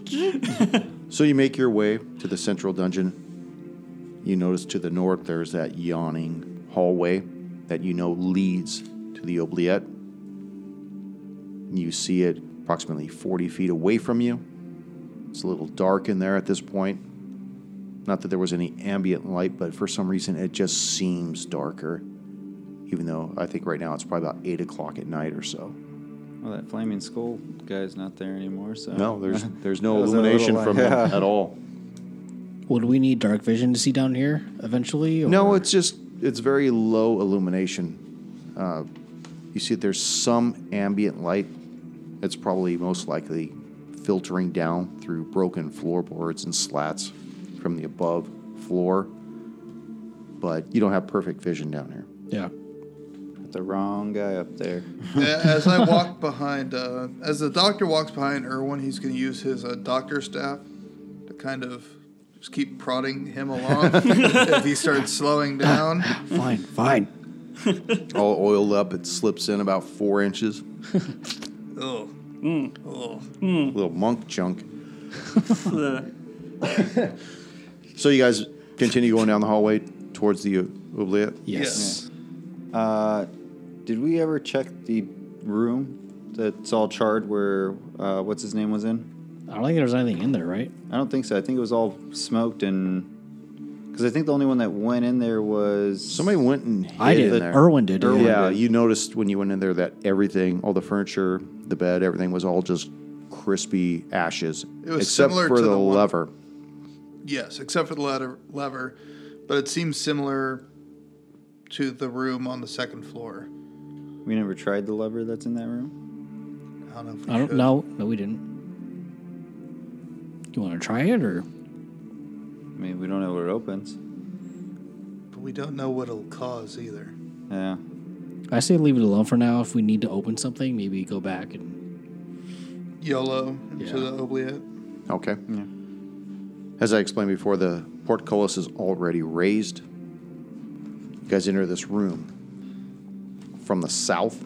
So you make your way to the central dungeon. You notice to the north there's that yawning hallway that you know leads to the oubliette. You see it approximately 40 feet away from you. It's a little dark in there at this point. Not that there was any ambient light, but for some reason it just seems darker. Even though I think right now it's probably about 8 o'clock at night or so. Well, that flaming skull guy's not there anymore, so No, [laughs] there's, there's no That was a little illumination light. from them Yeah. at all. Would we need dark vision to see down here eventually? Or? No, it's just it's very low illumination. Uh, you see, there's some ambient light. It's probably most likely filtering down through broken floorboards and slats from the above floor. But you don't have perfect vision down here. Yeah. Got [laughs] the wrong guy [laughs] up there. Yeah, as I walk behind, uh, as the doctor walks behind Erwin, he's going to use his uh, doctor staff to kind of just keep prodding him along if he starts slowing down. Fine. Fine. All oiled up, it slips in about four inches. Oh, oh, Little monk junk. The- So you guys continue going down the hallway towards the uh, oubliette. Yes. Uh, did we ever check the room that's all charred where uh, what's his name was in? I don't think there's anything in there, right? I don't think so. I think it was all smoked and because I think the only one that went in there was Somebody went and hid I did. in there. Erwin did. Erwin yeah, did. you noticed when you went in there that everything, all the furniture, the bed, everything was all just crispy ashes. It was except similar for to the, the one- lever. yes, except for the letter, lever, but it seems similar to the room on the second floor. we never tried the lever that's in that room. I don't know. If we I don't should. know. No, we didn't. You want to try it or? I mean, we don't know where it opens. But we don't know what it'll cause either. Yeah, I say leave it alone for now. If we need to open something, maybe go back and YOLO into Yeah. the oubliette. Okay. As I explained before, the portcullis is already raised. You guys enter this room from the south.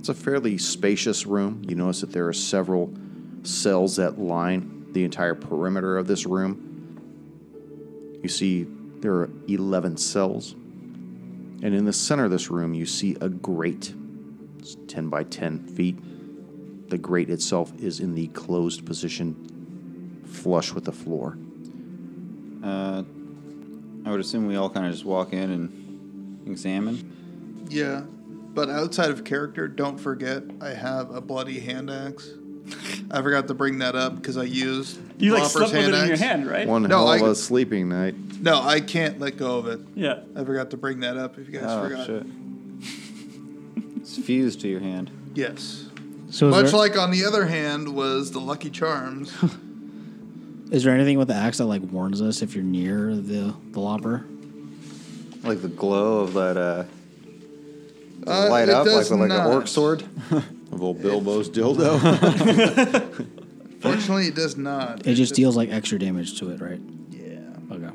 It's a fairly spacious room. You notice that there are several cells that line the entire perimeter of this room. You see there are 11 cells. And in the center of this room, you see a grate. It's 10 by 10 feet. The grate itself is in the closed position, flush with the floor. uh, I would assume we all kind of just walk in and examine. Yeah, but outside of character, don't forget I have a bloody hand axe. I forgot to bring that up because I used you like Whopper's slept with it in your axe. hand, right? One No, hell of I- a sleeping night. No, I can't let go of it. Yeah. I forgot to bring that up. If you guys oh forgot, shit! it's fused to your hand. yes. so. Is Much there, like on the other hand was the Lucky Charms. is there anything with the axe that like warns us if you're near the the lopper? Like the glow of that uh, Uh, [laughs] light it up like does with like an not. orc sword. Of old Bilbo's dildo. Fortunately, it does not. It just deals like extra damage to it, right? Yeah. Okay.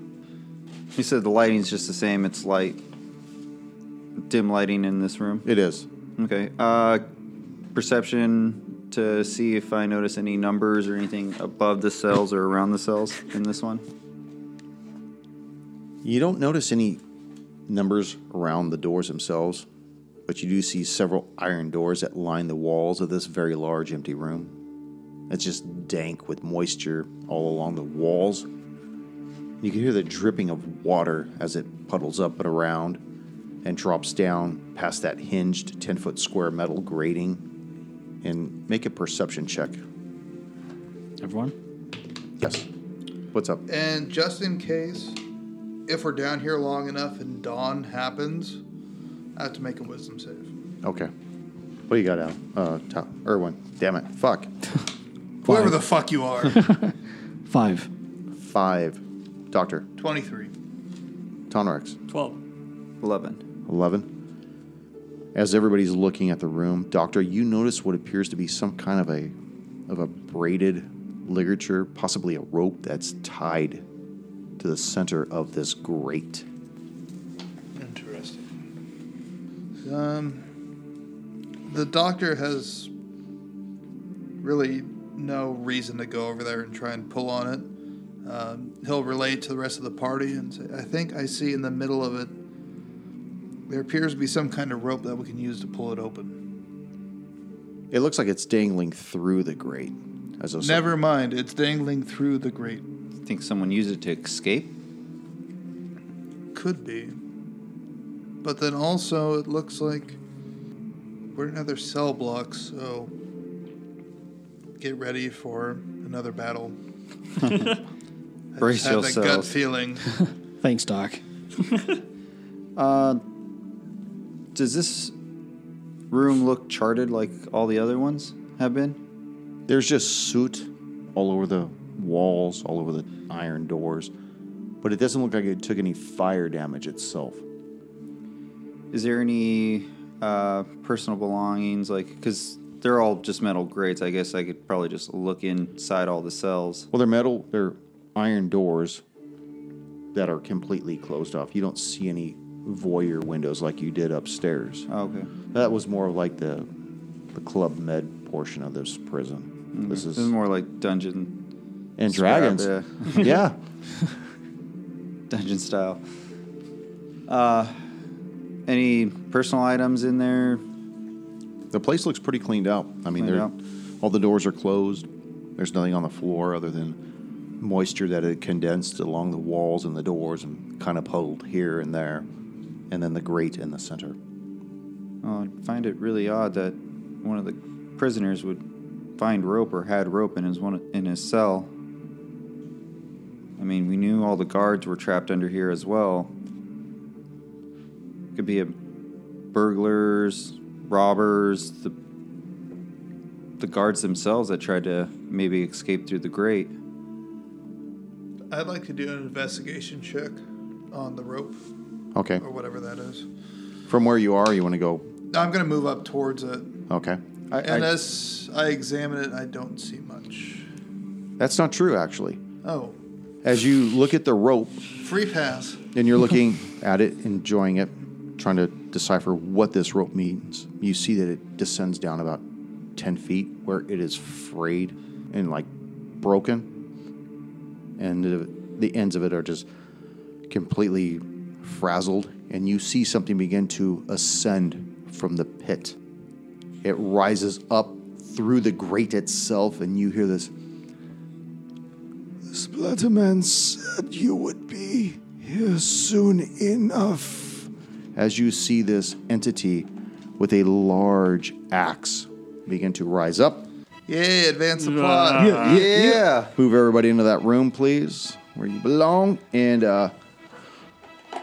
You said the lighting's just the same. It's light, dim lighting in this room. [laughs] it is. Okay. Uh, perception to see if I notice any numbers or anything above the cells or around the cells in this one. You don't notice any numbers around the doors themselves, but you do see several iron doors that line the walls of this very large empty room. It's just dank with moisture all along the walls. You can hear the dripping of water as it puddles up and around and drops down past that hinged 10 foot square metal grating. And make a perception check. Everyone. Yes. What's up? And just in case, if we're down here long enough and dawn happens, I have to make a wisdom save. Okay. What do you got out? Uh, Tom, Erwin. Damn it. Fuck. Whoever Five. the fuck [laughs] you are. Five. Five. Doctor. 23. Tonrex. 12. Eleven. 11. As everybody's looking at the room, Doctor, you notice what appears to be some kind of a of a braided ligature, possibly a rope that's tied to the center of this grate. Interesting. Um, the doctor has really no reason to go over there and try and pull on it. Um, he'll relate to the rest of the party and say, I think I see in the middle of it, there appears to be some kind of rope that we can use to pull it open. It looks like it's dangling through the grate. As though some- Never mind, it's dangling through the grate. Think someone used it to escape? Could be. But then also, it looks like we're in another cell block, so get ready for another battle. I Brace just had that gut yourselves. [laughs] feeling. Thanks, Doc. Uh, does this room look charted like all the other ones have been? There's just soot all over the walls, all over the iron doors, but it doesn't look like it took any fire damage itself. Is there any uh, personal belongings? Like, because they're all just metal grates. I guess I could probably just look inside all the cells. Well, they're metal, they're iron doors that are completely closed off. You don't see any voyeur windows like you did upstairs. Oh, Okay. That was more of like the the club med portion of this prison. Mm-hmm. This This is is more like dungeon and Scrap, dragons. yeah. dungeon style. Uh, any personal items in there? [laughs] The place looks pretty cleaned out. I mean, Cleaned they're, out. all the doors are closed. There's nothing on the floor other than moisture that had condensed along the walls and the doors and kind of puddled here and there, and then the grate in the center. Well, I Oh, find it really odd that one of the prisoners would find rope or had rope in his one in his cell. I mean, we knew all the guards were trapped under here as well. Could be a burglars, robbers, the the guards themselves that tried to maybe escape through the grate. I'd like to do an investigation check on the rope Okay. or whatever that is. From where you are, you want to go. I'm gonna move up towards it, Okay. I, and I, as I examine it, I don't see much. That's not true, actually. Oh, As you look at the rope free pass. and you're looking at it, enjoying it, trying to decipher what this rope means. You see that it descends down about 10 feet where it is frayed and like broken. And the- the ends of it are just completely frazzled. And you see something begin to ascend from the pit. It rises up through the grate itself, and you hear this. Splatterman said you would be here soon enough. As you see this entity with a large axe begin to rise up. Yay! Advance the plot. yeah. Move everybody into that room, please, where you belong. And uh,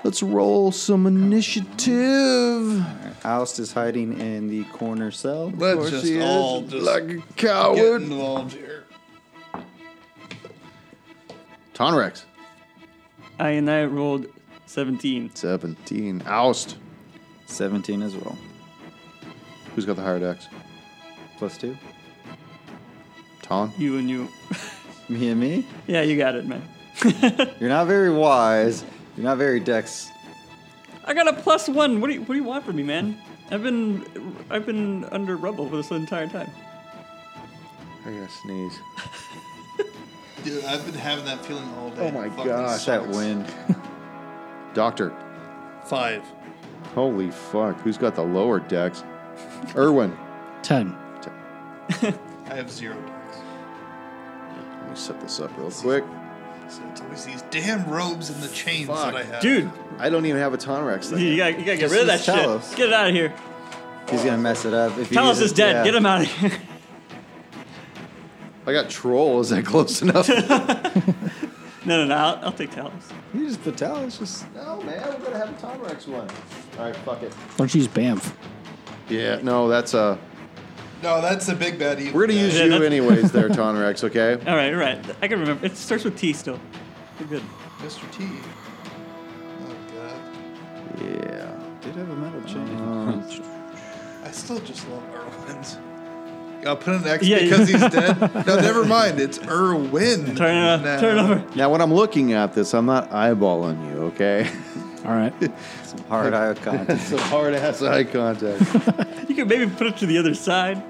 let's roll some initiative. Oust is hiding in the corner cell. Let's just all just like a get coward. involved here. Tonrex, I and I rolled 17. 17. Oust. Seventeen as well. Who's got the hired axe? Plus two. Ton? You and you. [laughs] Me and me. yeah, you got it, man. You're not very wise. You're not very dex. I got a plus one. What do you, what do you want from me, man? I've been I've been under rubble for this entire time. I gotta sneeze. Dude, I've been having that feeling all day. Oh my Fucking gosh. sucks. That [laughs] wind. Doctor. Five. Holy fuck. Who's got the lower decks? Erwin. Ten. I have zero dice. Let me set this up real quick. So it's always these damn robes and the chains Fuck. that I have. Dude, I don't even have a Tonrex you, thing. gotta, you gotta get Just rid of that use shit. Talos. Get it out of here. He's gonna mess it up. uh, If he Talos uses- is dead. yeah. Get him out of here. [laughs] I got troll. Is that close [laughs] enough? no, no, no. I'll, I'll take Talos. You just put Talos. Just no, man. We're gonna have a Tonrex one. All right, fuck it. Don't use Banff. Yeah, no, that's uh. No, that's the big bad evil. We're gonna guy. use Yeah, you that's- anyways, [laughs] there, Tonrex. Okay. All right, all right. I can remember. It starts with T still. We're good. Mr. T. Oh god. Yeah. did have a Oh, metal chain. I still just love Irwin's. I'll put an X Yeah, because he's dead. No, never mind. It's Irwin. Turn it up. now. Turn it over. Now, when I'm looking at this, I'm not eyeballing you. Okay. [laughs] All right. [laughs] Some hard eye contact. Some hard ass eye contact. You can maybe put it to the other side.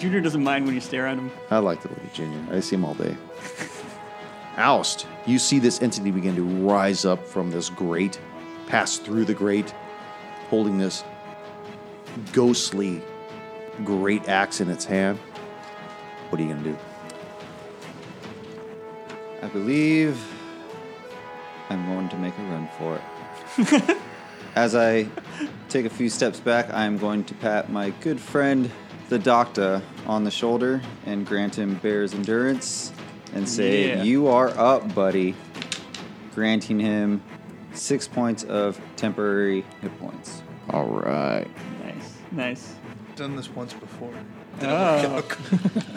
Junior doesn't mind when you stare at him. I like the little Junior. I see him all day. Oust. You see this entity begin to rise up from this grate, pass through the grate, holding this ghostly great axe in its hand. What are you gonna do? I believe I'm going to make a run for it. [laughs] As I take a few steps back, I'm going to pat my good friend, the doctor, on the shoulder and grant him bear's endurance and say, Yeah. You are up, buddy. Granting him six points of temporary hit points. All right. Nice, nice. Done this once before. Oh.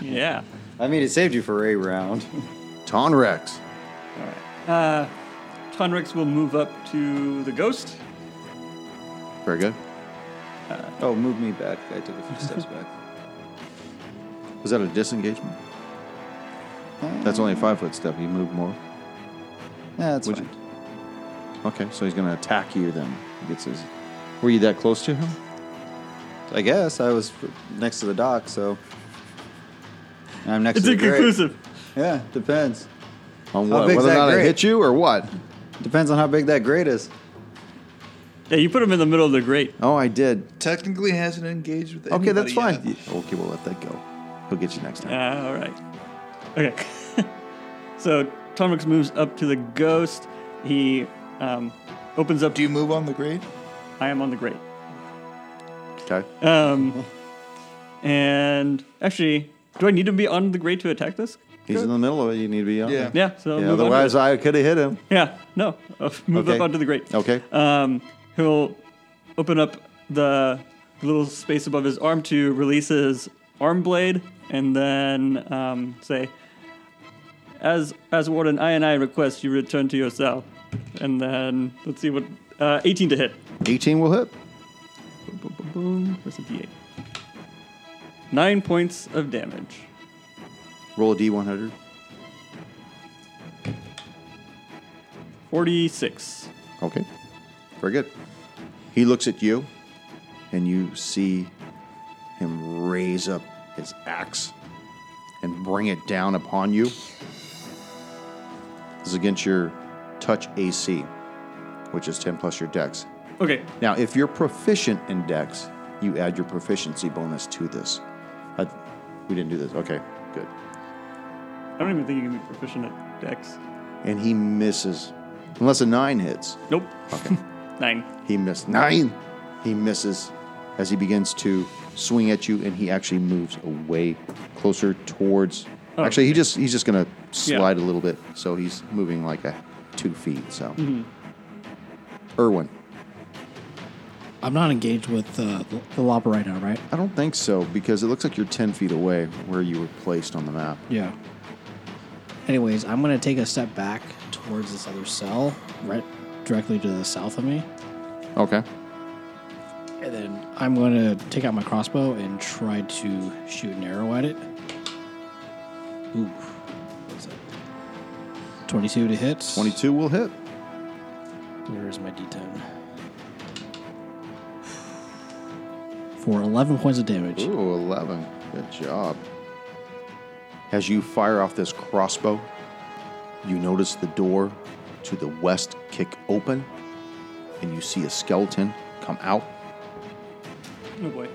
yeah. I mean, it saved you for a round. [laughs] Tonrex. Tonrex will move up to the ghost. Very good. Oh, move me back. I took a few steps [laughs] back. Was that a disengagement? That's only a five foot step. You move more. Yeah, that's Would fine. Okay, so he's going to attack you then. He gets his. Were you that close to him? I guess I was f- next to the dock, so. And I'm next It's to the grate. inconclusive. Yeah, depends. On How what? big's Whether or that not it grate? hit you or what? Depends on how big that grate is. Yeah, you put him in the middle of the grate. Oh, I did. Technically hasn't engaged with anybody Okay, that's fine. yet. Yeah, Okay, we'll let that go. He'll get you next time. Ah, all right. Okay. [laughs] so Tonrex moves up to the ghost. He um, opens up. Do you move on the grade? I am on the grate. Okay. Um, and actually, do I need to be on the grate to attack this? He's in the middle of it. You need to be on. Yeah. Yeah. So Yeah, move on to otherwise, the- I could have hit him. yeah. No. Uh, move Okay. up onto the grate. Okay. Um, he'll open up the little space above his arm to release his arm blade, and then um, say, "As as warden, I and I request you return to your cell." And then let's see what uh, 18 to hit. 18 will hit. Boom, boom, boom, boom. Where's the d8? Nine points of damage. Roll a D100. 46. Okay. Very good. He looks at you, and you see him raise up his axe and bring it down upon you. This is against your touch AC, which is 10 plus your dex. Okay. Now, if you're proficient in dex, you add your proficiency bonus to this. I, we didn't do this. Okay, good. I don't even think you can be proficient at dex. And he misses. Unless a nine hits. Nope. Okay. [laughs] Nine. He missed nine. He misses as he begins to swing at you, and he actually moves away closer towards. Oh, actually, he okay. just he's just gonna slide Yeah. a little bit, so he's moving like a two feet. So, Mm-hmm. Irwin, I'm not engaged with uh, the- the lopper right now, right? I don't think so because it looks like you're ten feet away where you were placed on the map. Yeah. Anyways, I'm gonna take a step back towards this other cell, right directly to the south of me, Okay, and then I'm gonna take out my crossbow and try to shoot an arrow at it. Ooh, what's that? Twenty-two to hit. twenty-two will hit. Where's my d10? For 11 points of damage. Ooh, 11. Good job. As you fire off this crossbow, you notice the door to the west kick open, and you see a skeleton come out Oh boy.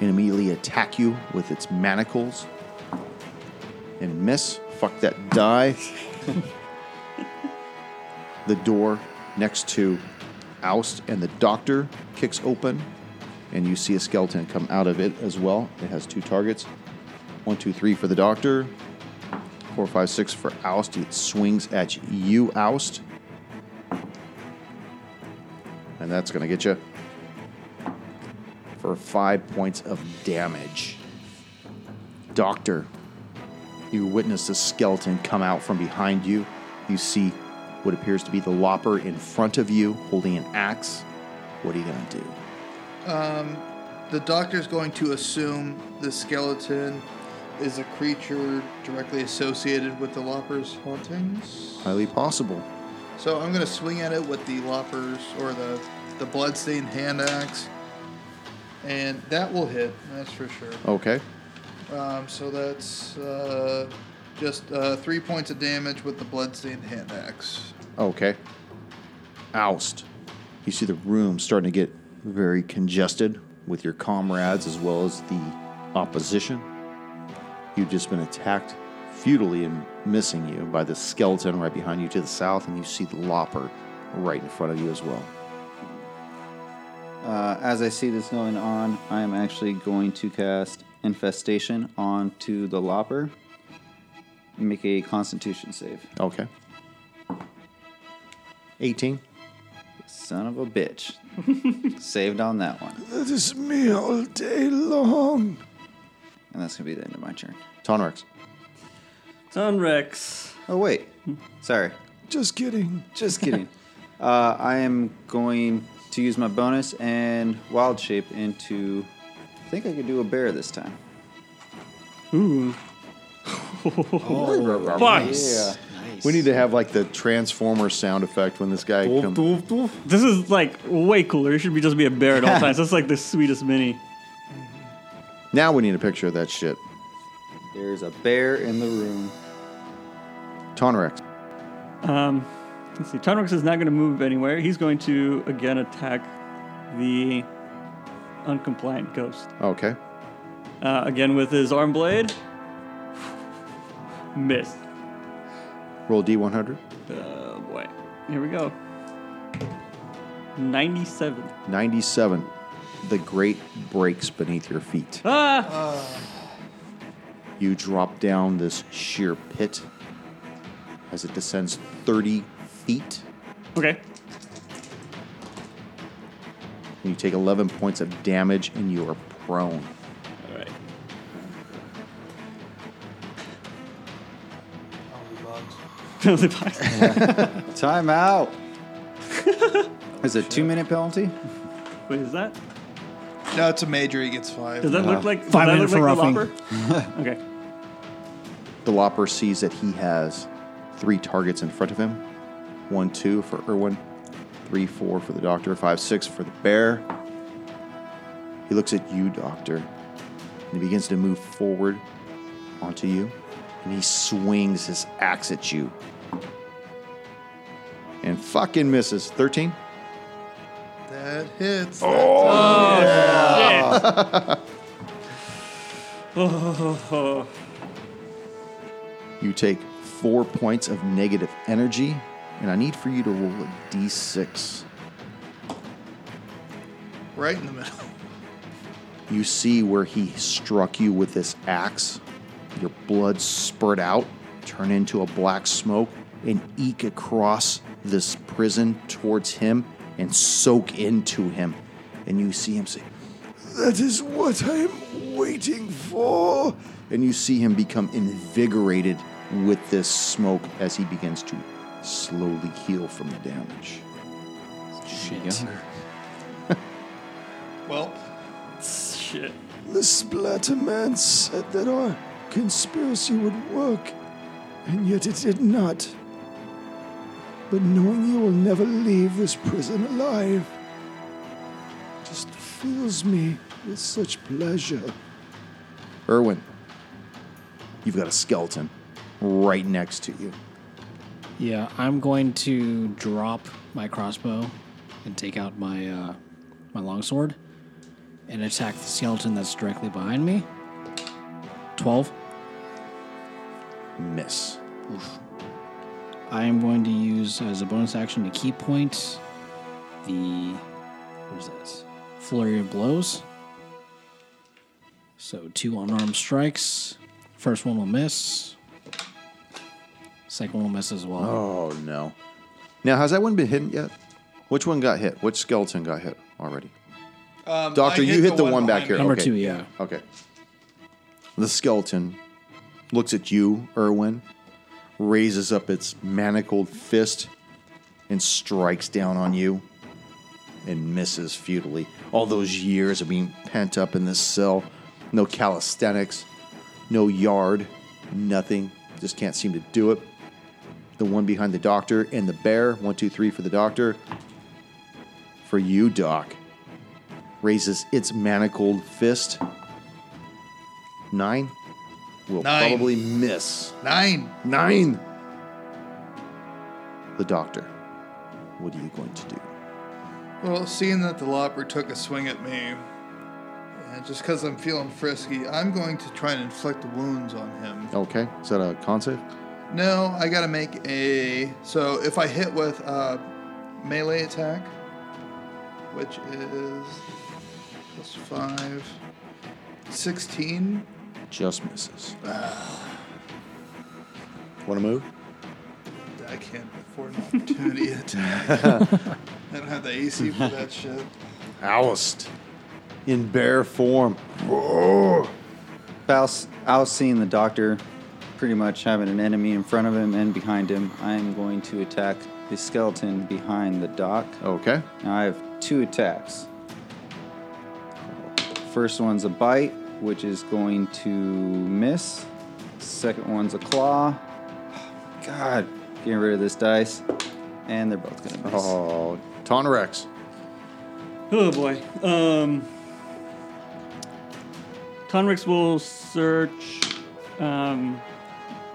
and immediately attack you with its manacles and miss. Fuck that die. the door next to Oust and the Doctor kicks open, and you see a skeleton come out of it as well. It has two targets one, two, three for the Doctor, four, five, six for Oust. It swings at you, Oust. And that's going to get you for five points of damage. Doctor, you witness the skeleton come out from behind you. You see what appears to be the lopper in front of you holding an axe. What are you going to do? The doctor's going to assume the skeleton is a creature directly associated with the Lopper's hauntings. Highly possible. So I'm going to swing at it with the Lopper's or the, the bloodstained hand axe. And that will hit, that's for sure. Okay. Um, so that's uh, just uh, three points of damage with the bloodstained hand axe. Okay. Oust. You see the room starting to get very congested with your comrades as well as the opposition. You've just been attacked futilely and missing you by the skeleton right behind you to the south, and you see the lopper right in front of you as well. Uh, as I see this going on, I am actually going to cast Infestation onto the Lopper. Make a Constitution save. Okay. 18. Son of a [laughs] bitch. Saved on that one. That is me all day long. And that's going to be the end of my turn. Tonrex. Sunrex. Oh, wait. Sorry. Just kidding. Just kidding. [laughs] uh, I am going to use my bonus and wild shape into. I think I could do a bear this time. [laughs] Oh, Nice. We need to have like the Transformer sound effect when this guy comes. This is like way cooler. It should be just be a bear [laughs] at all times. That's like the sweetest mini. Now we need a picture of that shit. There's a bear in the room. Tonrex. Um, let's see. Tonrex is not going to move anywhere. He's going to again attack the uncompliant ghost. Okay. Uh, again with his arm blade. [sighs] Miss. Roll D100. Oh boy. Here we go. 97. 97. The grate breaks beneath your feet. Ah! You drop down this sheer pit as it descends 30 feet. Okay. And you take 11 points of damage and you are prone. All [laughs] right. Penalty box. [laughs] Time out. Is it two minute penalty? Wait, is that? No, it's a major. He gets five. Does that look like does Uh, Five that minute look like for the [laughs] lopper? okay. The Lopper sees that he has three targets in front of him one, two for Irwin, three, four for the doctor, five, six for the bear. He looks at you, doctor, and he begins to move forward onto you, and he swings his axe at you. And fucking misses. 13? That hits. Oh. You take four points of negative energy, and I need for you to roll a d6. Right in the middle. [laughs] You see where he struck you with this axe. Your blood spurt out, turn into a black smoke, and eke across this prison towards him and soak into him. And you see him say, That is what I am waiting for. And you see him become invigorated with this smoke as he begins to slowly heal from the damage. Shit. Well, Shit. The Splatterman said that our conspiracy would work, and yet it did not. But knowing you will never leave this prison alive just fills me with such pleasure. Erwin, you've got a skeleton right next to you. Yeah, I'm going to drop my crossbow and take out my uh, my longsword and attack the skeleton that's directly behind me. Twelve. Miss. I am going to use as a bonus action to key point the what is that? Flurry of blows. So two unarmed strikes. First one will miss. Second one will miss as well. Oh, no. Now, has that one been hit yet? Which one got hit? Which skeleton got hit already? um, Doctor, I you hit the one back behind here. me. Number okay. two, yeah. Okay. The skeleton looks at you, Erwin, raises up its manacled fist, and strikes down on you and misses futilely. All those years of being pent up in this cell, no calisthenics, no yard, nothing. Just can't seem to do it. The one behind the doctor and the bear. One, two, three for the doctor. For you, Doc. Raises its manacled fist. Nine will Nine. probably miss. Nine. Nine. The doctor. What are you going to do? Well, seeing that the lopper took a swing at me, and just because I'm feeling frisky, I'm going to try and inflict wounds on him. Okay. Is that a con save? No, I gotta make a. So if I hit with uh, melee attack, which is plus five, 16. Just [sighs] misses. Want to move? I can't with for an opportunity [laughs] attack. I don't have the AC for that shit. Oust. In bare form. Faust, I was seeing the doctor pretty much having an enemy in front of him and behind him. I am going to attack the skeleton behind the doc. Okay. Now I have two attacks. First one's a bite, which is going to miss. Second one's a claw. God, getting rid of this dice. And they're both going to miss. Oh, Tonrex. Oh boy. Um, Tonrix will search, um,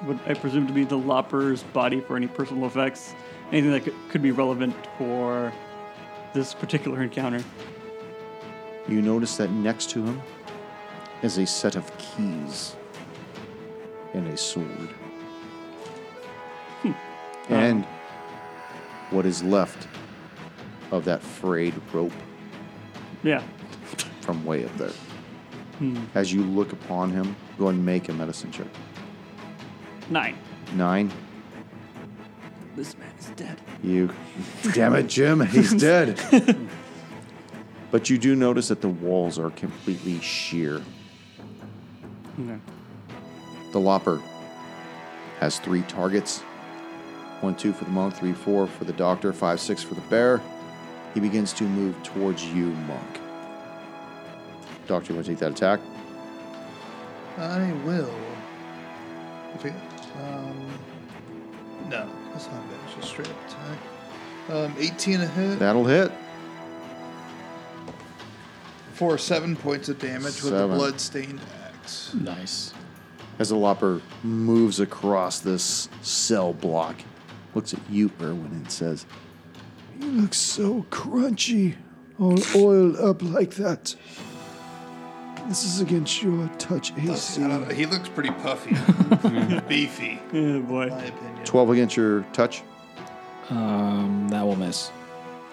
what I presume to be the Lopper's body for any personal effects, anything that could, could be relevant for this particular encounter. You notice that next to him is a set of keys and a sword. And what is left of that frayed rope Yeah. from way up there. As you look upon him, go and make a medicine check. Nine. Nine. This man is dead. You. Damn it, Jim. He's dead. but you do notice that the walls are completely sheer. Okay. The Lopper has three targets. One, two for the monk, three, four for the doctor, five, six for the bear. He begins to move towards you, monk. Doctor, you want to take that attack? I will. If it, um, no, that's not bad. It's just straight up attack. Um, 18 a hit That'll hit. for seven points of damage with Seven. the blood-stained axe. Nice. As the Lopper moves across this cell block, looks at you, Erwin, and says, You look so crunchy, all oiled up like that. This is against your touch AC. I don't know, He looks pretty [laughs] puffy, beefy, in Oh boy. my opinion. 12 against your touch. Um, that will miss.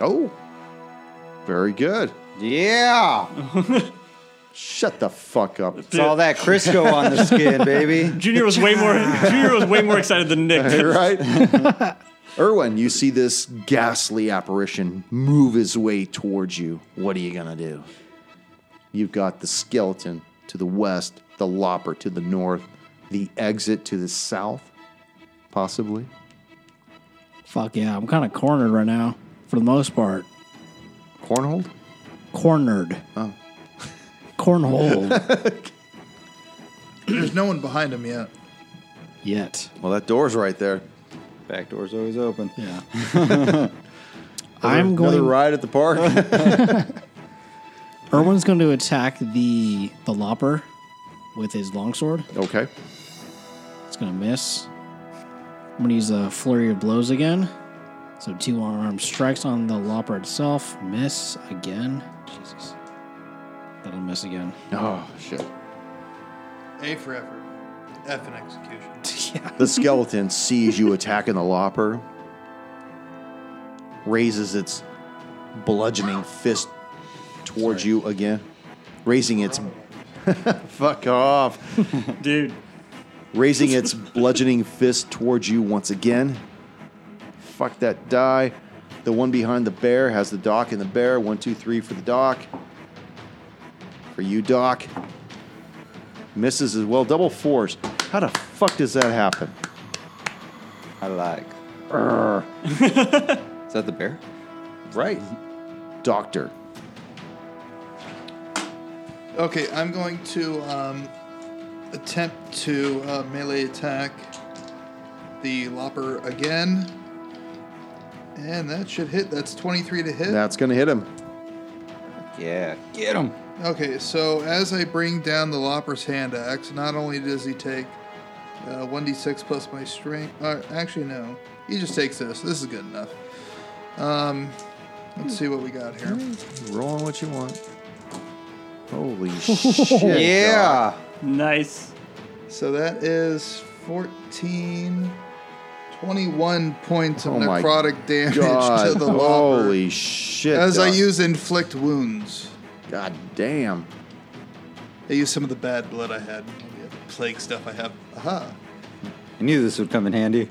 Oh, very good. Yeah! Shut the fuck up. [laughs] It's all that Crisco on the skin, baby. Junior was way [laughs] more. Junior was way more excited [laughs] than Nick. You're right? [laughs] Erwin, you see this ghastly apparition move his way towards you. What are you going to do? You've got the skeleton to the west, the lopper to the north, the exit to the south, possibly. Fuck yeah, I'm kind of cornered right now, for the most part. Cornhold? Cornered. [laughs] Oh. Cornhole. There's no one behind him yet. Yet. Well, that door's right there. Back door's always open. Yeah. I'm Another going. ride at the park. Erwin's going to attack the the lopper with his longsword. [laughs] okay. It's going to miss. I'm going to use a flurry of blows again. So two unarmed strikes on the lopper itself. Miss again. Jesus. That'll miss again. Oh, shit. A for effort, F in execution. The skeleton sees you attacking the lopper, raises its bludgeoning fist towards you again, raising its [laughs] fuck off, Dude. raising its bludgeoning fist towards you once again. Fuck that die. The one behind the bear has the doc and the bear. One, two, three for the doc. For you, doc. Misses as well. Double fours. How the fuck does that happen? I like. Is that the bear? Right. Doctor. Okay, I'm going to um, attempt to uh, melee attack the Lopper again. And that should hit. That's 23 to hit. That's going to hit him. Yeah. Get him. Okay, so as I bring down the Lopper's hand axe, not only does he take uh, 1d6 plus my strength. Uh, actually, no. He just takes this. This is good enough. Um, let's see what we got here. Rolling what you want. Holy shit. [laughs] Yeah. Nice. So that is 14, 21 points of Oh my necrotic damage God. to the lopper. Holy shit. As I Doc. use inflict wounds, God damn. I use some of the bad blood I had, the plague stuff I have. Aha! I knew this would come in handy.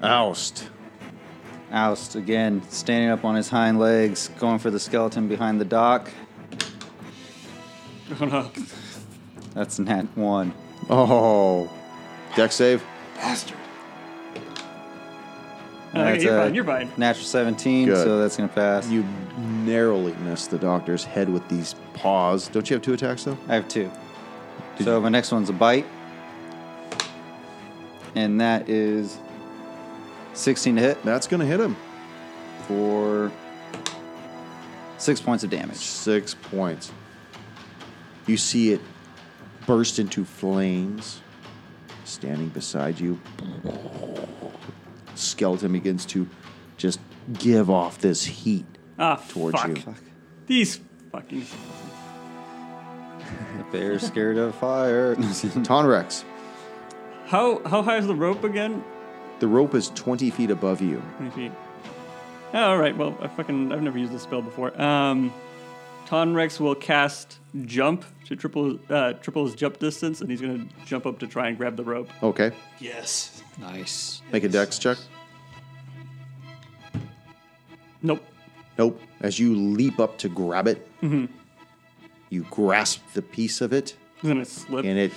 Oust. Oust again, standing up on his hind legs, going for the skeleton behind the [laughs] dock. Oh, no. That's nat one. Oh, deck save. Okay, That's uh, you're a fine. You're fine. Natural 17, Good. so that's going to pass. You narrowly missed the doctor's head with these paws. Don't you have two attacks though? I have two. so my next one's a bite. And that is 16 to hit That's gonna hit him. for six points of damage. Six points. You see it burst into flames. Standing beside you, skeleton begins to just give off this heat Ah, towards fuck. you. These fucking. The bear's scared of fire. Tonrex, How how high is the rope again? the rope is 20 feet above you. 20 feet. Oh, all right. Well, I fucking I've never used this spell before. Um, Tonrex will cast jump to triple uh, triple his jump distance, and he's gonna jump up to try and grab the rope. Okay, Yes. Nice. make a dex check. Nope. Nope. As you leap up to grab it, you grasp the piece of it, He's gonna slip. and it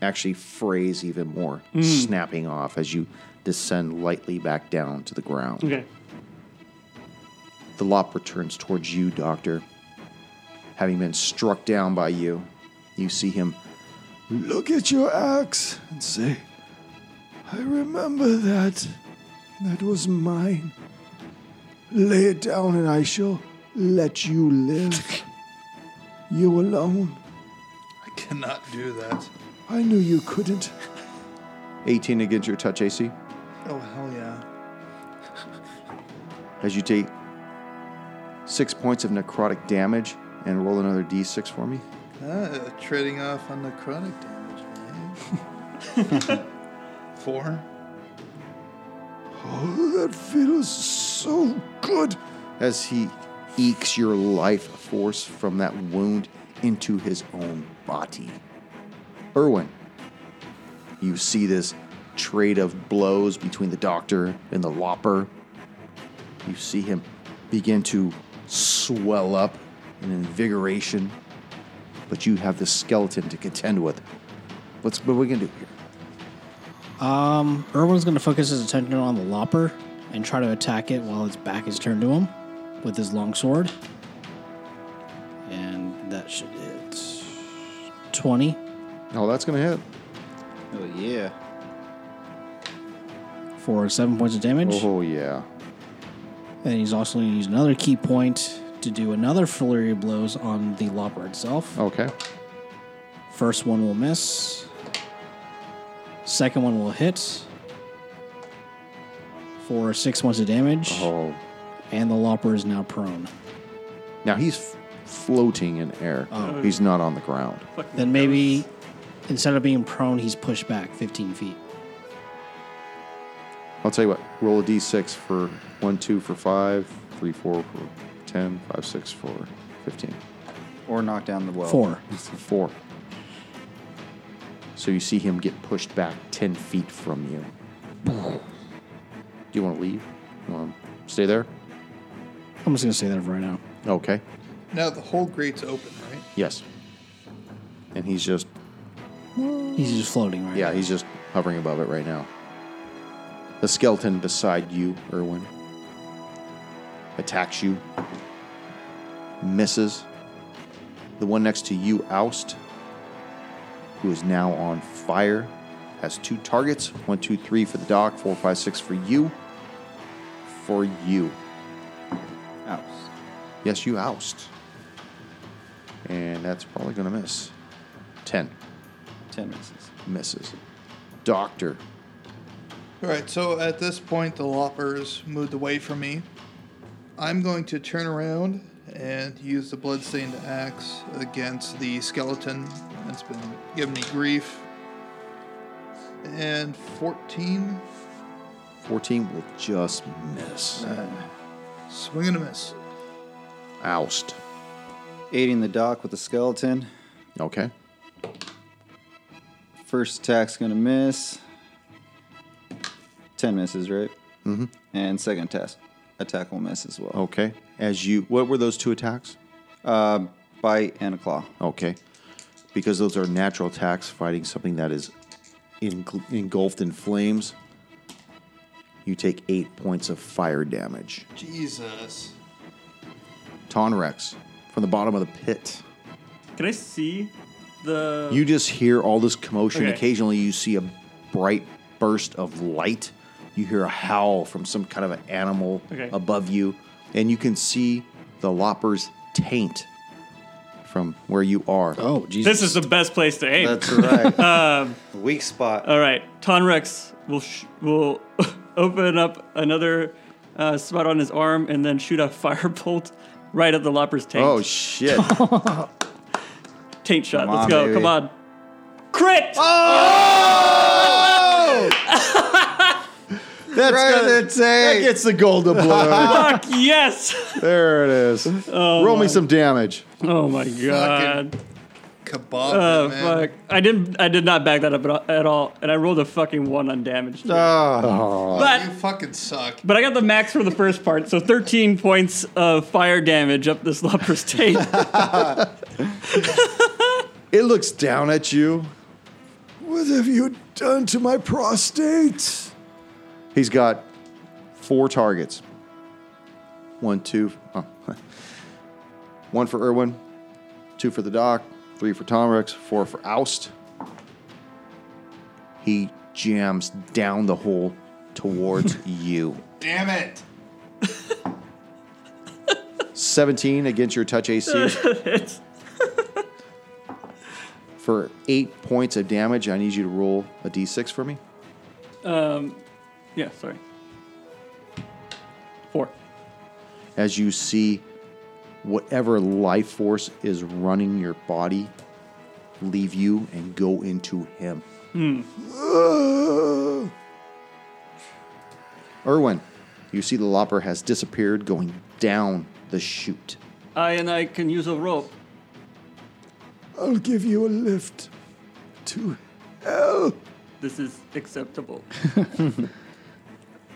actually frays even more, snapping off as you descend lightly back down to the ground. okay. The lop returns towards you, Doctor. Having been struck down by you, you see him look at your axe and say, I remember that. That was mine. Lay it down and I shall let you live. you alone. I cannot do that. I knew you couldn't. 18 against your touch AC. Oh hell yeah. As you take six points of necrotic damage and roll another d6 for me. Uh, trading off on necrotic damage, man. [laughs] Four. Oh, that feels so good. As he ekes your life force from that wound into his own body. Erwin, you see this trade of blows between the doctor and the lopper. You see him begin to swell up in invigoration, but you have the skeleton to contend with. What's what are we gonna do here? Um, Erwin's gonna focus his attention on the lopper and try to attack it while its back is turned to him with his long sword. And that should hit twenty. Oh, that's gonna hit. oh, yeah. for seven points of damage. Oh yeah. And he's also going to use another key point to do another flurry of blows on the lopper itself. Okay. First one will miss. Second one will hit for six points of damage. Oh. And the lopper is now prone. Now he's f- floating in air. He's not on the ground. Then maybe instead of being prone, he's pushed back 15 feet. I'll tell you what. Roll a d6 for one, two for five, three, four for ten, five, six for fifteen, [laughs] Or knock down the well. Four. four. So you see him get pushed back ten feet from you. Do you want to leave? You want to stay there? I'm just going to say that for right now. Okay. Now the whole grate's open, right? Yes. And he's just He's just floating right Yeah, now. he's just hovering above it right now. The skeleton beside you, Erwin, attacks you, misses. The one next to you, Oust, who is now on fire, has two targets one, two, three for the doc, four, five, six for you. For you. Oust. Yes, you oust. And that's probably going to miss. 10 Ten misses. misses. Doctor All right. So at this point, the loppers moved away from me. I'm going to turn around and use the bloodstained axe against the skeleton. It's been giving me grief. And 14, 14 will just miss. swing and a miss. Oust. Aiding the dock with the skeleton. Okay. First attack's going to miss. Ten misses, right? And second test, attack will miss as well. Okay. As you, what were those two attacks? Uh, bite and a claw. Okay. Because those are natural attacks fighting something that is eng- engulfed in flames, you take eight points of fire damage. Jesus. Tonrex, from the bottom of the pit. Can I see the? You just hear all this commotion. Okay. Occasionally, you see a bright burst of light. You hear a howl from some kind of an animal Okay. above you, and you can see the Lopper's taint from where you are. Oh, Jesus. this is the best place to aim. That's right. [laughs] um, Weak spot. All right, Tonrex will sh- will [laughs] open up another uh, spot on his arm and then shoot a [laughs] firebolt right at the Lopper's taint. Oh, [laughs] shit! taint shot. Come Let's on, go. baby. Come on. Crit! That's Right gonna- in the That tank. gets the gold doubloon. Fuck yes! [laughs] there it is. Roll me some damage. Oh my god. Kebab, Oh man. fuck. I didn't. I did not back that up at all, at all and I rolled a fucking one on damage. Ah. Oh. But You fucking suck. But I got the max for the first part, so 13 points of fire damage up this [laughs] leper's tape. It looks down at you. What have you done to my prostate? He's got four targets. One, two, [laughs] oh. one for Irwin, two for the doc, three for Tomrex, four for Oust. He jams down the hole towards you. Damn it. 17 against your touch AC. [laughs] for eight points of damage, I need you to roll a d6 for me. yeah, sorry. Four. As you see whatever life force is running your body leave you and go into him. [sighs] Erwin, you see the lopper has disappeared going down the chute. I and I can use a rope. I'll give you a lift to This is acceptable.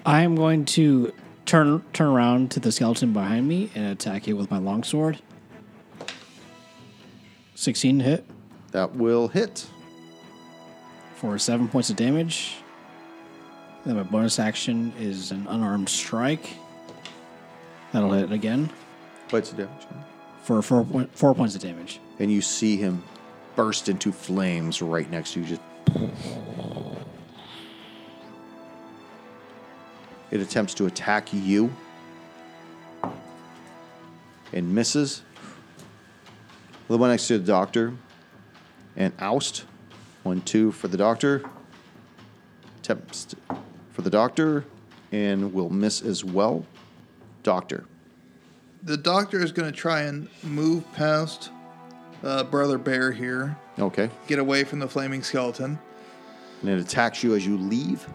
I am going to turn turn around to the skeleton behind me and attack it with my longsword. 16 hit That will hit. for 7 points of damage. Then my bonus action is an unarmed strike. That'll hit again Points of damage. for 4, point, four points of damage. And you see him burst into flames right next to you. Just it attempts to attack you and misses. The one next to the doctor and oust. One, two for the doctor. Attempts to- for the doctor and will miss as well. Doctor. The doctor is going to try and move past uh, Brother Bear here, Okay. get away from the flaming skeleton. And it attacks you as you leave.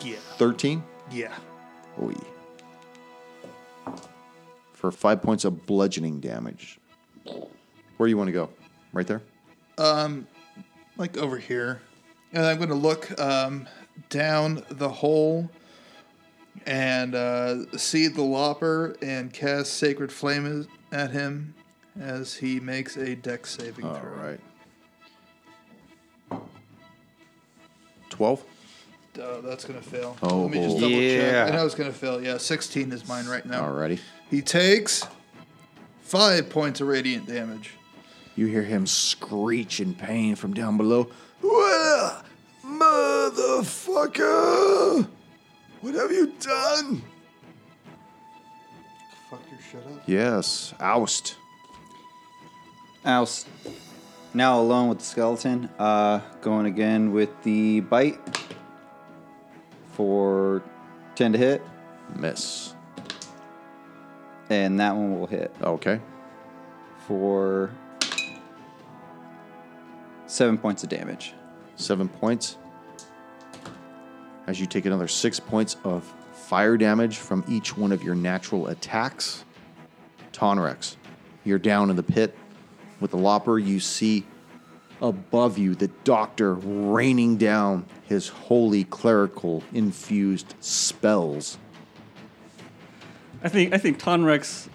Yeah. 13. Yeah. Oy. For five points of bludgeoning damage. Where do you want to go? Right there? Like over here. And I'm going to look um, down the hole and uh, see the lopper and cast Sacred Flame at him as he makes a dex saving throw. 12? Oh, that's gonna fail. Oh, Let me just boy. double Yeah. check. I know it's gonna fail. Yeah, 16 is mine right now. Alrighty. He takes five points of radiant damage. You hear him screech in pain from down below. Well, motherfucker! What have you done? Fucker, shut up. Yes, oust. Oust. Now alone with the skeleton. Uh, going again with the bite for 10 to hit, Miss. and that one will hit Okay. for seven points of damage. seven points. As you take another six points of fire damage from each one of your natural attacks. Tonrex, you're down in the pit. With the lopper, you see Above you, the doctor raining down his holy clerical infused spells. I think I think Tonrex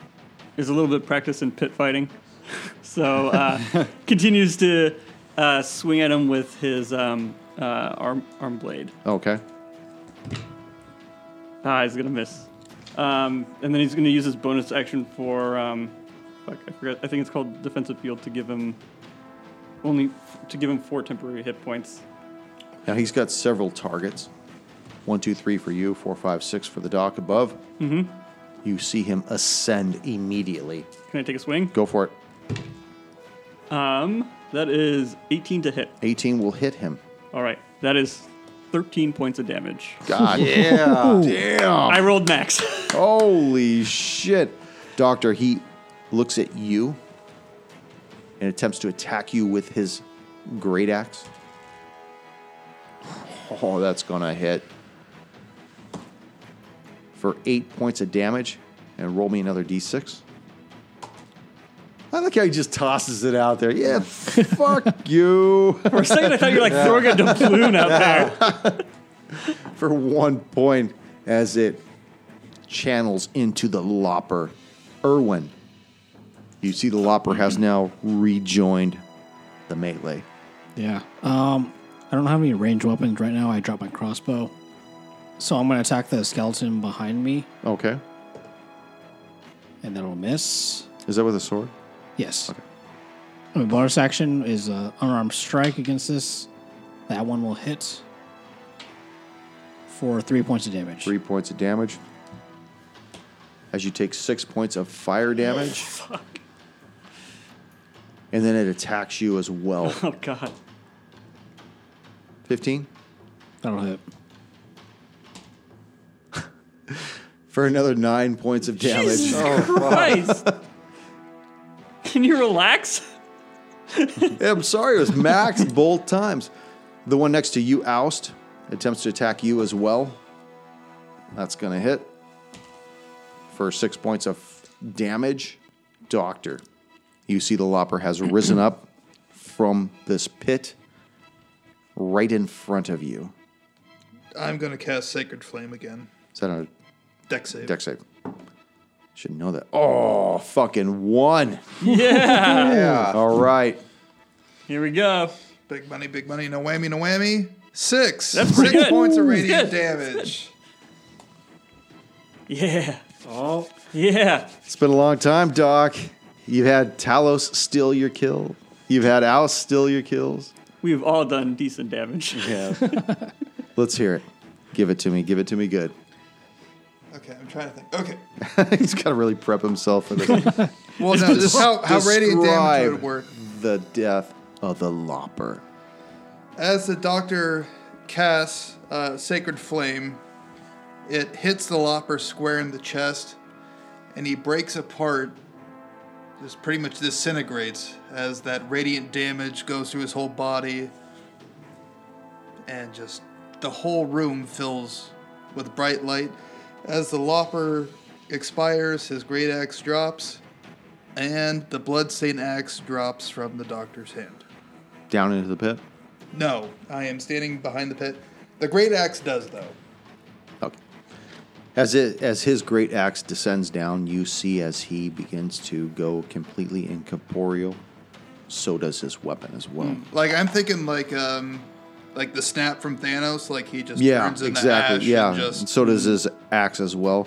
is a little bit practiced in pit fighting, [laughs] so uh, continues to uh, swing at him with his um, uh, arm arm blade. Okay. Ah, he's gonna miss. Um, and then he's gonna use his bonus action for um, fuck, I forgot. I think it's called defensive field to give him only to give him four temporary hit points. Now he's got several targets. One, two, three for you, four, five, six for the dock above. Mm-hmm. You see him ascend immediately. Can I take a swing? Go for it. Um, that is 18 to hit. 18 will hit him. All right, that is 13 points of damage. [laughs] God yeah. Damn. I rolled max. [laughs] Holy shit. Doctor, he looks at you and attempts to attack you with his great axe. Oh, that's going to hit. For eight points of damage, and roll me another d6. I like how he just tosses it out there. [laughs] Yeah, fuck you. For a second, I thought you were like throwing a doubloon out there. for one point as it channels into the lopper. Erwin, you see the lopper has now rejoined the melee. Yeah. Um, I don't have any ranged weapons right now. I dropped my crossbow, so I'm gonna attack the skeleton behind me, Okay. and that'll miss. Is that with a sword? Yes. I mean, bonus action is uh, unarmed strike against this. That one will hit for three points of damage. Three points of damage. As you take six points of fire damage. And then it attacks you as well. Oh god. 15 That'll hit. for another nine points of damage. Jesus Christ. Can you relax? I'm sorry, it was Max both times. The one next to you, Oust, attempts to attack you as well. That's going to hit for six points of damage. Doctor, you see the lopper has risen up from this pit right in front of you. I'm gonna cast Sacred Flame again. Is that a Deck save. deck save? Should know that. Oh, fucking one. Yeah. Yeah. All right. Here we go. Big money, big money. No whammy, no whammy. Six. That's Six pretty good. points of Ooh, radiant good. damage. Yeah. Oh. Yeah. It's been a long time, Doc. You've had Talos steal your kill. You've had Oust steal your kills. We've all done decent damage. Let's hear it. Give it to me. Give it to me good. [laughs] Okay, I'm trying to think. Okay. He's got to really prep himself for this. Well, now this is [laughs] how, how radiant damage Describe would work. The death of the lopper. As the doctor casts uh, Sacred Flame, it hits the lopper square in the chest, and he breaks apart. Just pretty much disintegrates as that radiant damage goes through his whole body, and just the whole room fills with bright light. As the lopper expires, his great axe drops, and the bloodstained axe drops from the doctor's hand. Down into the pit. No, I am standing behind the pit. The great axe does though. Okay. As it as his great axe descends down, you see as he begins to go completely incorporeal. So does his weapon as well. Like I'm thinking like um like the snap from Thanos, like he just Yeah, turns into ash exactly. Yeah. and just so does his axe as well.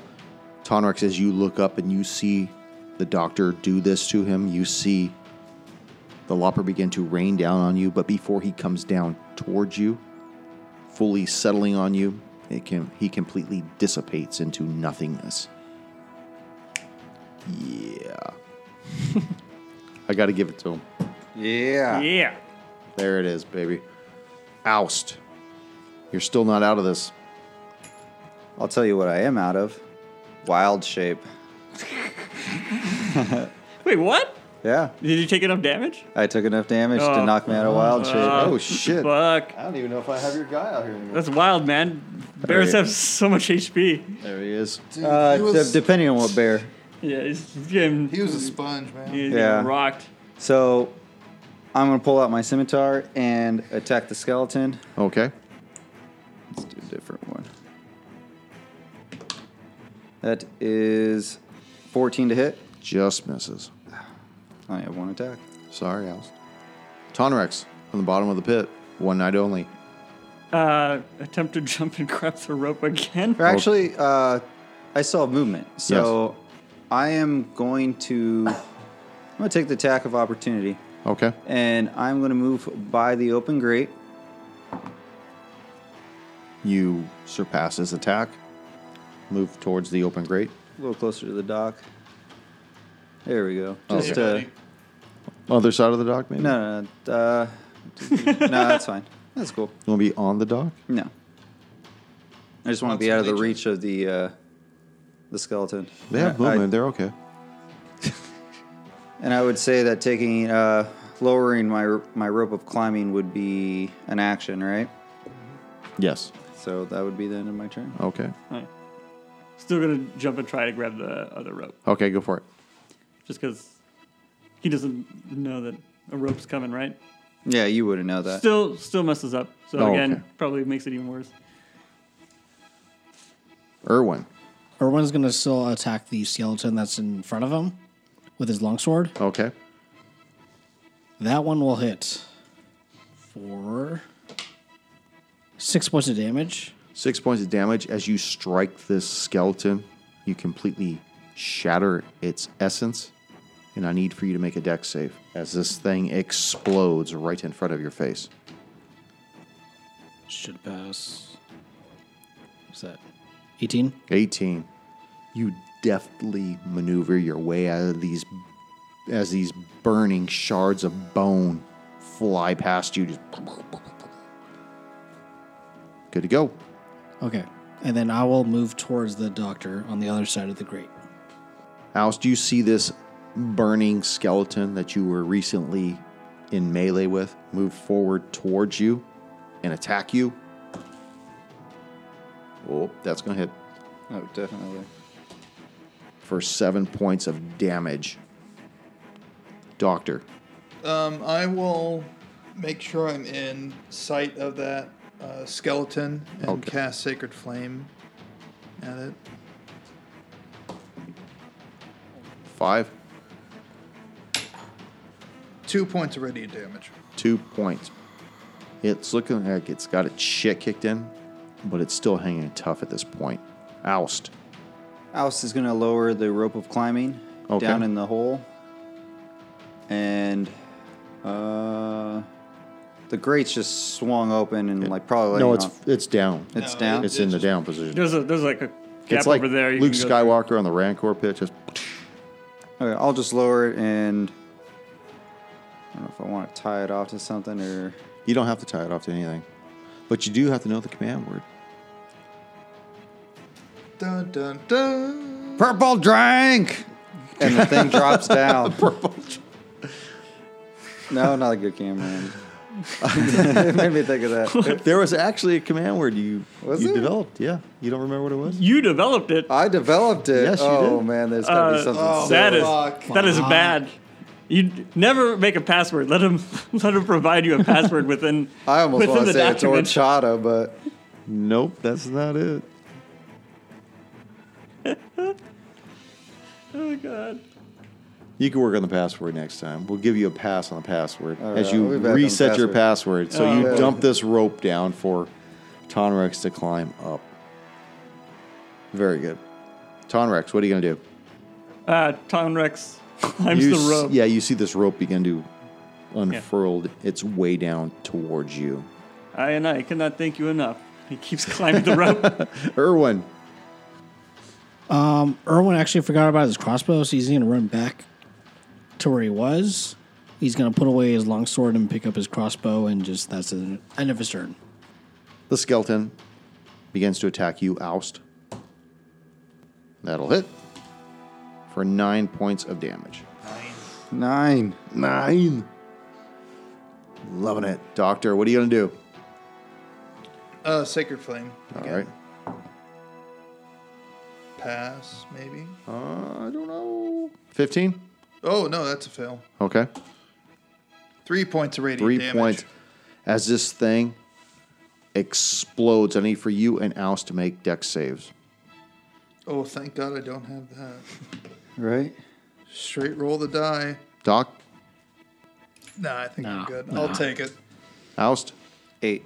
Tonrex, as you look up and you see the doctor do this to him, you see the lopper begin to rain down on you, but before he comes down towards you, fully settling on you, it can he completely dissipates into nothingness. Yeah. [laughs] I gotta give it to him. Yeah. Yeah. There it is, baby. Oust. You're still not out of this. I'll tell you what I am out of. Wild shape. Wait, what? Yeah. Did you take enough damage? I took enough damage Oh. Uh. to knock me out of wild shape. Oh shit. Fuck. I don't even know if I have your guy out here anymore. That's wild, man. Bears Right. have so much HP. There he is. Dude, Uh, he, was, de- depending on what bear. Yeah, he's he's getting, he was a sponge, man. he's getting Yeah. rocked. So I'm gonna pull out my scimitar and attack the skeleton. Okay. Let's do a different one. That is 14 to hit. Just misses. I have one attack. Sorry, Alst. Tonrex from the bottom of the pit. One night only. Uh, attempt to jump and [laughs] grab the rope again. Or actually, uh, I saw movement, so I am going to. I'm gonna take the attack of opportunity, Okay. and I'm gonna move by the open grate. You surpass his attack. Move towards the open grate. A little closer to the dock. There we go. Hey, Just uh, buddy. Other side of the dock, maybe? no, no, no, uh, no. That's fine. That's cool. You want to be on the dock? No, I just want Want to be out of the some reach of the uh, the skeleton. They have I- I- movement. They're okay. and I would say that taking uh, lowering my my rope of climbing would be an action, right? Yes. So that would be the end of my turn. Okay. Alright. Still gonna jump and try to grab the other rope, Okay, go for it. just because he doesn't know that a rope's coming, right? Yeah, you wouldn't know that. Still, still messes up. So Oh, again, okay. probably makes it even worse. Irwin. Erwin's gonna still attack the skeleton that's in front of him with his longsword. Okay. That one will hit for six points of damage. Six points of damage as you strike this skeleton. You completely shatter its essence. And I need for you to make a deck save as this thing explodes right in front of your face. Should pass. What's that? 18? 18. You deftly maneuver your way out of these as these burning shards of bone fly past you. Just [laughs] good to go. Okay. And then I will move towards the doctor on the other side of the grate. House, do you see this burning skeleton that you were recently in melee with move forward towards you and attack you? Oh, that's gonna hit Oh, definitely. for seven points of damage. Doctor. Um, I will make sure I'm in sight of that uh, skeleton and Okay. cast Sacred Flame at it. Five, Two points of radiant damage. two points. It's looking like it's got its shit kicked in, but it's still hanging tough at this point. Oust. Oust is going to lower the rope of climbing Okay. down in the hole. And uh, the grate's just swung open and like probably no, laying it's off. it's down. It's down. It's in the down position. There's a there's like a gap It's like over there. you Luke can go Skywalker on the Rancor pit. Just okay, I'll just lower it and I don't know if I want to tie it off to something or you don't have to tie it off to anything, but you do have to know the command [laughs] word. Dun dun dun. purple drink. And the thing [laughs] drops down. purple. No, not a good camera. [laughs] [laughs] it made me think of that. There was actually a command word you Was you there? developed. Yeah, you don't remember what it was? through. You developed it. Oh, I developed it. Yes, you oh did. man, there's gotta Uh, be something. oh, so- that is fuck. that is Fuck. bad. You never make a password. Let him [laughs] let him provide you a [laughs] password within. I almost within want to the say it's document. horchata, but Nope, that's not it. Oh god. You can work on the password next time. We'll give you a pass on the password as right, you Oh, we've had them reset your password. So Oh, you yeah. dump this rope down for Tonrex to climb up. Very good. Tonrex, what are you going to do? Uh, Tom Rex climbs You the s- rope. Yeah, you see this rope begin to unfurled its way down towards you. I and I cannot thank you enough. He keeps climbing [laughs] the rope. Erwin, Erwin actually forgot about his crossbow, so he's gonna run back to where he was. He's gonna put away his longsword and pick up his crossbow, and just that's the end of his turn. the skeleton begins to attack you, oust. That'll hit for nine points of damage. nine. Nine. Loving it. Doctor, what are you going to do? Uh, Sacred Flame. All again. right. Pass, maybe. Oh. Uh, I don't know. 15? Oh, no, that's a fail. Okay. Three points of radiant three damage. points as this thing explodes. I need for you and Oust to make deck saves. Oh, thank God I don't have that. Right? Straight roll the die. Doc, Nah, I think Nah, I'm good. nah. I'll take it. Oust. Eight.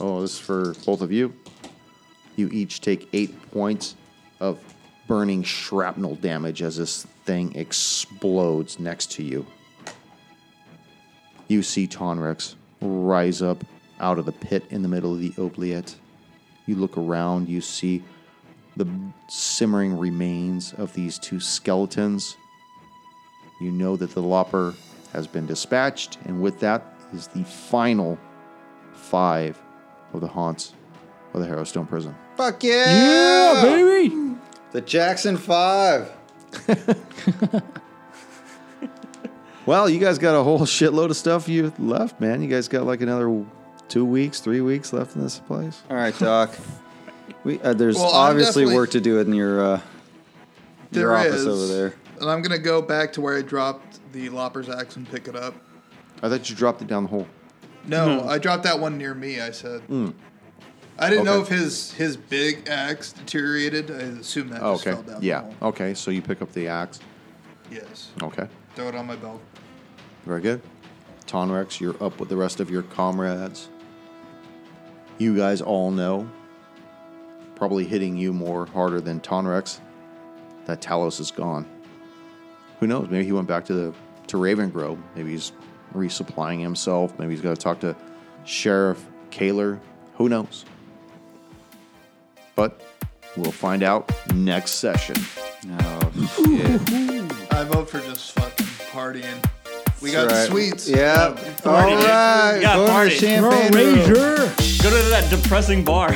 Oh, this is for both of you. You each take eight points of burning shrapnel damage as this thing explodes next to you. You see Tonrex rise up out of the pit in the middle of the oubliette. You look around, you see the simmering remains of these two skeletons. You know that the Lopper has been dispatched, and with that is the final five of the haunts of the Harrowstone Prison. Fuck yeah! Yeah, baby. The Jackson Five. Well, you guys got a whole [laughs] shitload of stuff you left, man. You guys got like another two weeks, three weeks left in this place. All right, [laughs] Doc. We uh, there's Well, I'm obviously definitely- work to do in your uh, There your office is, over there. And I'm gonna go back to where I dropped the Lopper's axe and pick it up. I thought you dropped it down the hole. No, Hmm. I dropped that one near me. I said. I didn't know if Okay. his his big axe deteriorated. I assume that just okay. fell down. the Yeah. hole. Okay. So you pick up the axe. Yes. Okay. Throw it on my belt. Very good. Tonrex, you're up with the rest of your comrades. You guys all know, probably hitting you more harder than Tonrex, that Talos is gone. Who knows? Maybe he went back to the to Raven Grove. Maybe he's resupplying himself. Maybe he's got to talk to Sheriff Kaler. Who knows? But we'll find out next session. No. I vote for just fucking partying. We got Right. sweets. Yeah. All Party. right. Yeah, Go to party. champagne room. Razor. Go to that depressing bar.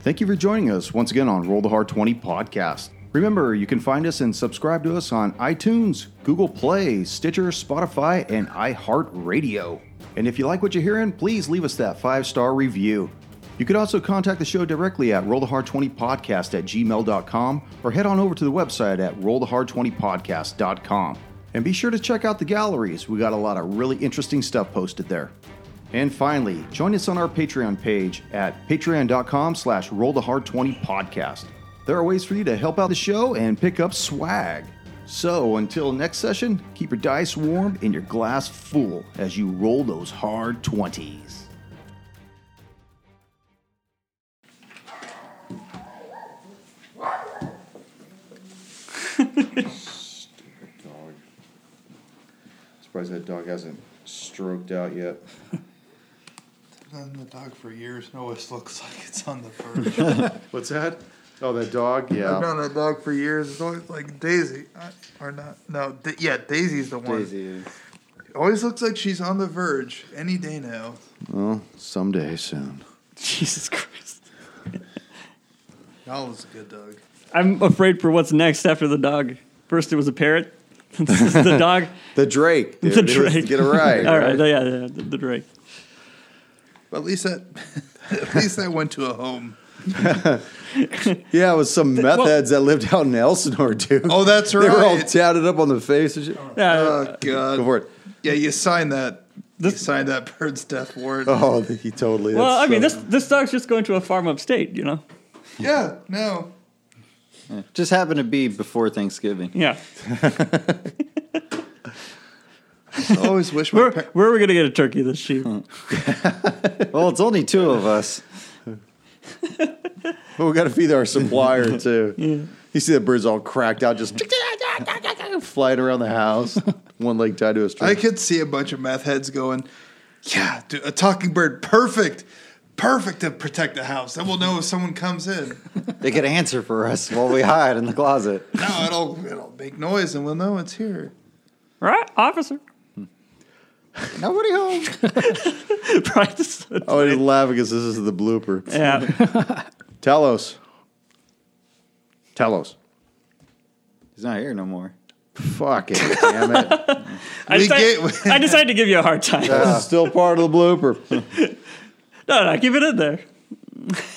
Thank you for joining us once again on Roll the Hard 20 podcast. Remember, you can find us and subscribe to us on iTunes, Google Play, Stitcher, Spotify, and iHeartRadio. And if you like what you're hearing, please leave us that five star review. You could also contact the show directly at rollthehard20podcast at gmail.com or head on over to the website at rollthehard20podcast.com. And be sure to check out the galleries. We got a lot of really interesting stuff posted there. And finally, join us on our Patreon page at patreon.com slash rollthehard20podcast. There are ways for you to help out the show and pick up swag. So until next session, keep your dice warm and your glass full as you roll those hard 20s. Surprised that dog hasn't stroked out yet. Been the dog for years. It always looks like it's on the verge. What's that? Oh, that dog. I've known that dog for years. It's always like Daisy, I, or not? No, da- yeah, Daisy's the one. Daisy. Always looks like she's on the verge any day now. Well, someday soon. [laughs] Jesus Christ. Y'all is a good dog. I'm afraid for what's next after the dog. First it was a parrot. [laughs] this is the dog. The Drake. Dude. [laughs] the drake. Get a ride. [laughs] All right. Yeah, yeah, the, the drake. But at least that, [laughs] at least that went to a home. Yeah, it was some meth heads that lived out in Elsinore, dude. Oh, that's [laughs] right. They were all tatted up on the face and shit. Yeah, oh God. Go for it. Yeah, you signed that. you This- signed that bird's death warrant. Oh, [laughs] he totally well, I that's mean, so- this this dog's just going to a farm upstate, you know. Yeah. No. Just happened to be before Thanksgiving. Yeah. I always wish my Where par- where are we gonna get a turkey this sheep? Well, it's only two of [laughs] us. But we got to feed our [laughs] supplier, too. You see the bird's all cracked out, just [laughs] flying around the house, one leg tied to a string. I could see a bunch of meth heads going, "Yeah, dude, a talking bird, perfect, perfect to protect the house. Then we'll know if someone comes in. They could answer for us while we hide in the closet. No, it'll it'll make noise and we'll know it's here." right, officer. [laughs] Nobody home. Practice. I was Oh, laughing because this is the blooper. Yeah. Talos. Talos. He's not here no more. Fuck it. Damn it. I, We decided, get- I decided to [laughs] give you a hard time. This is still part of the blooper. No, no, keep it in there.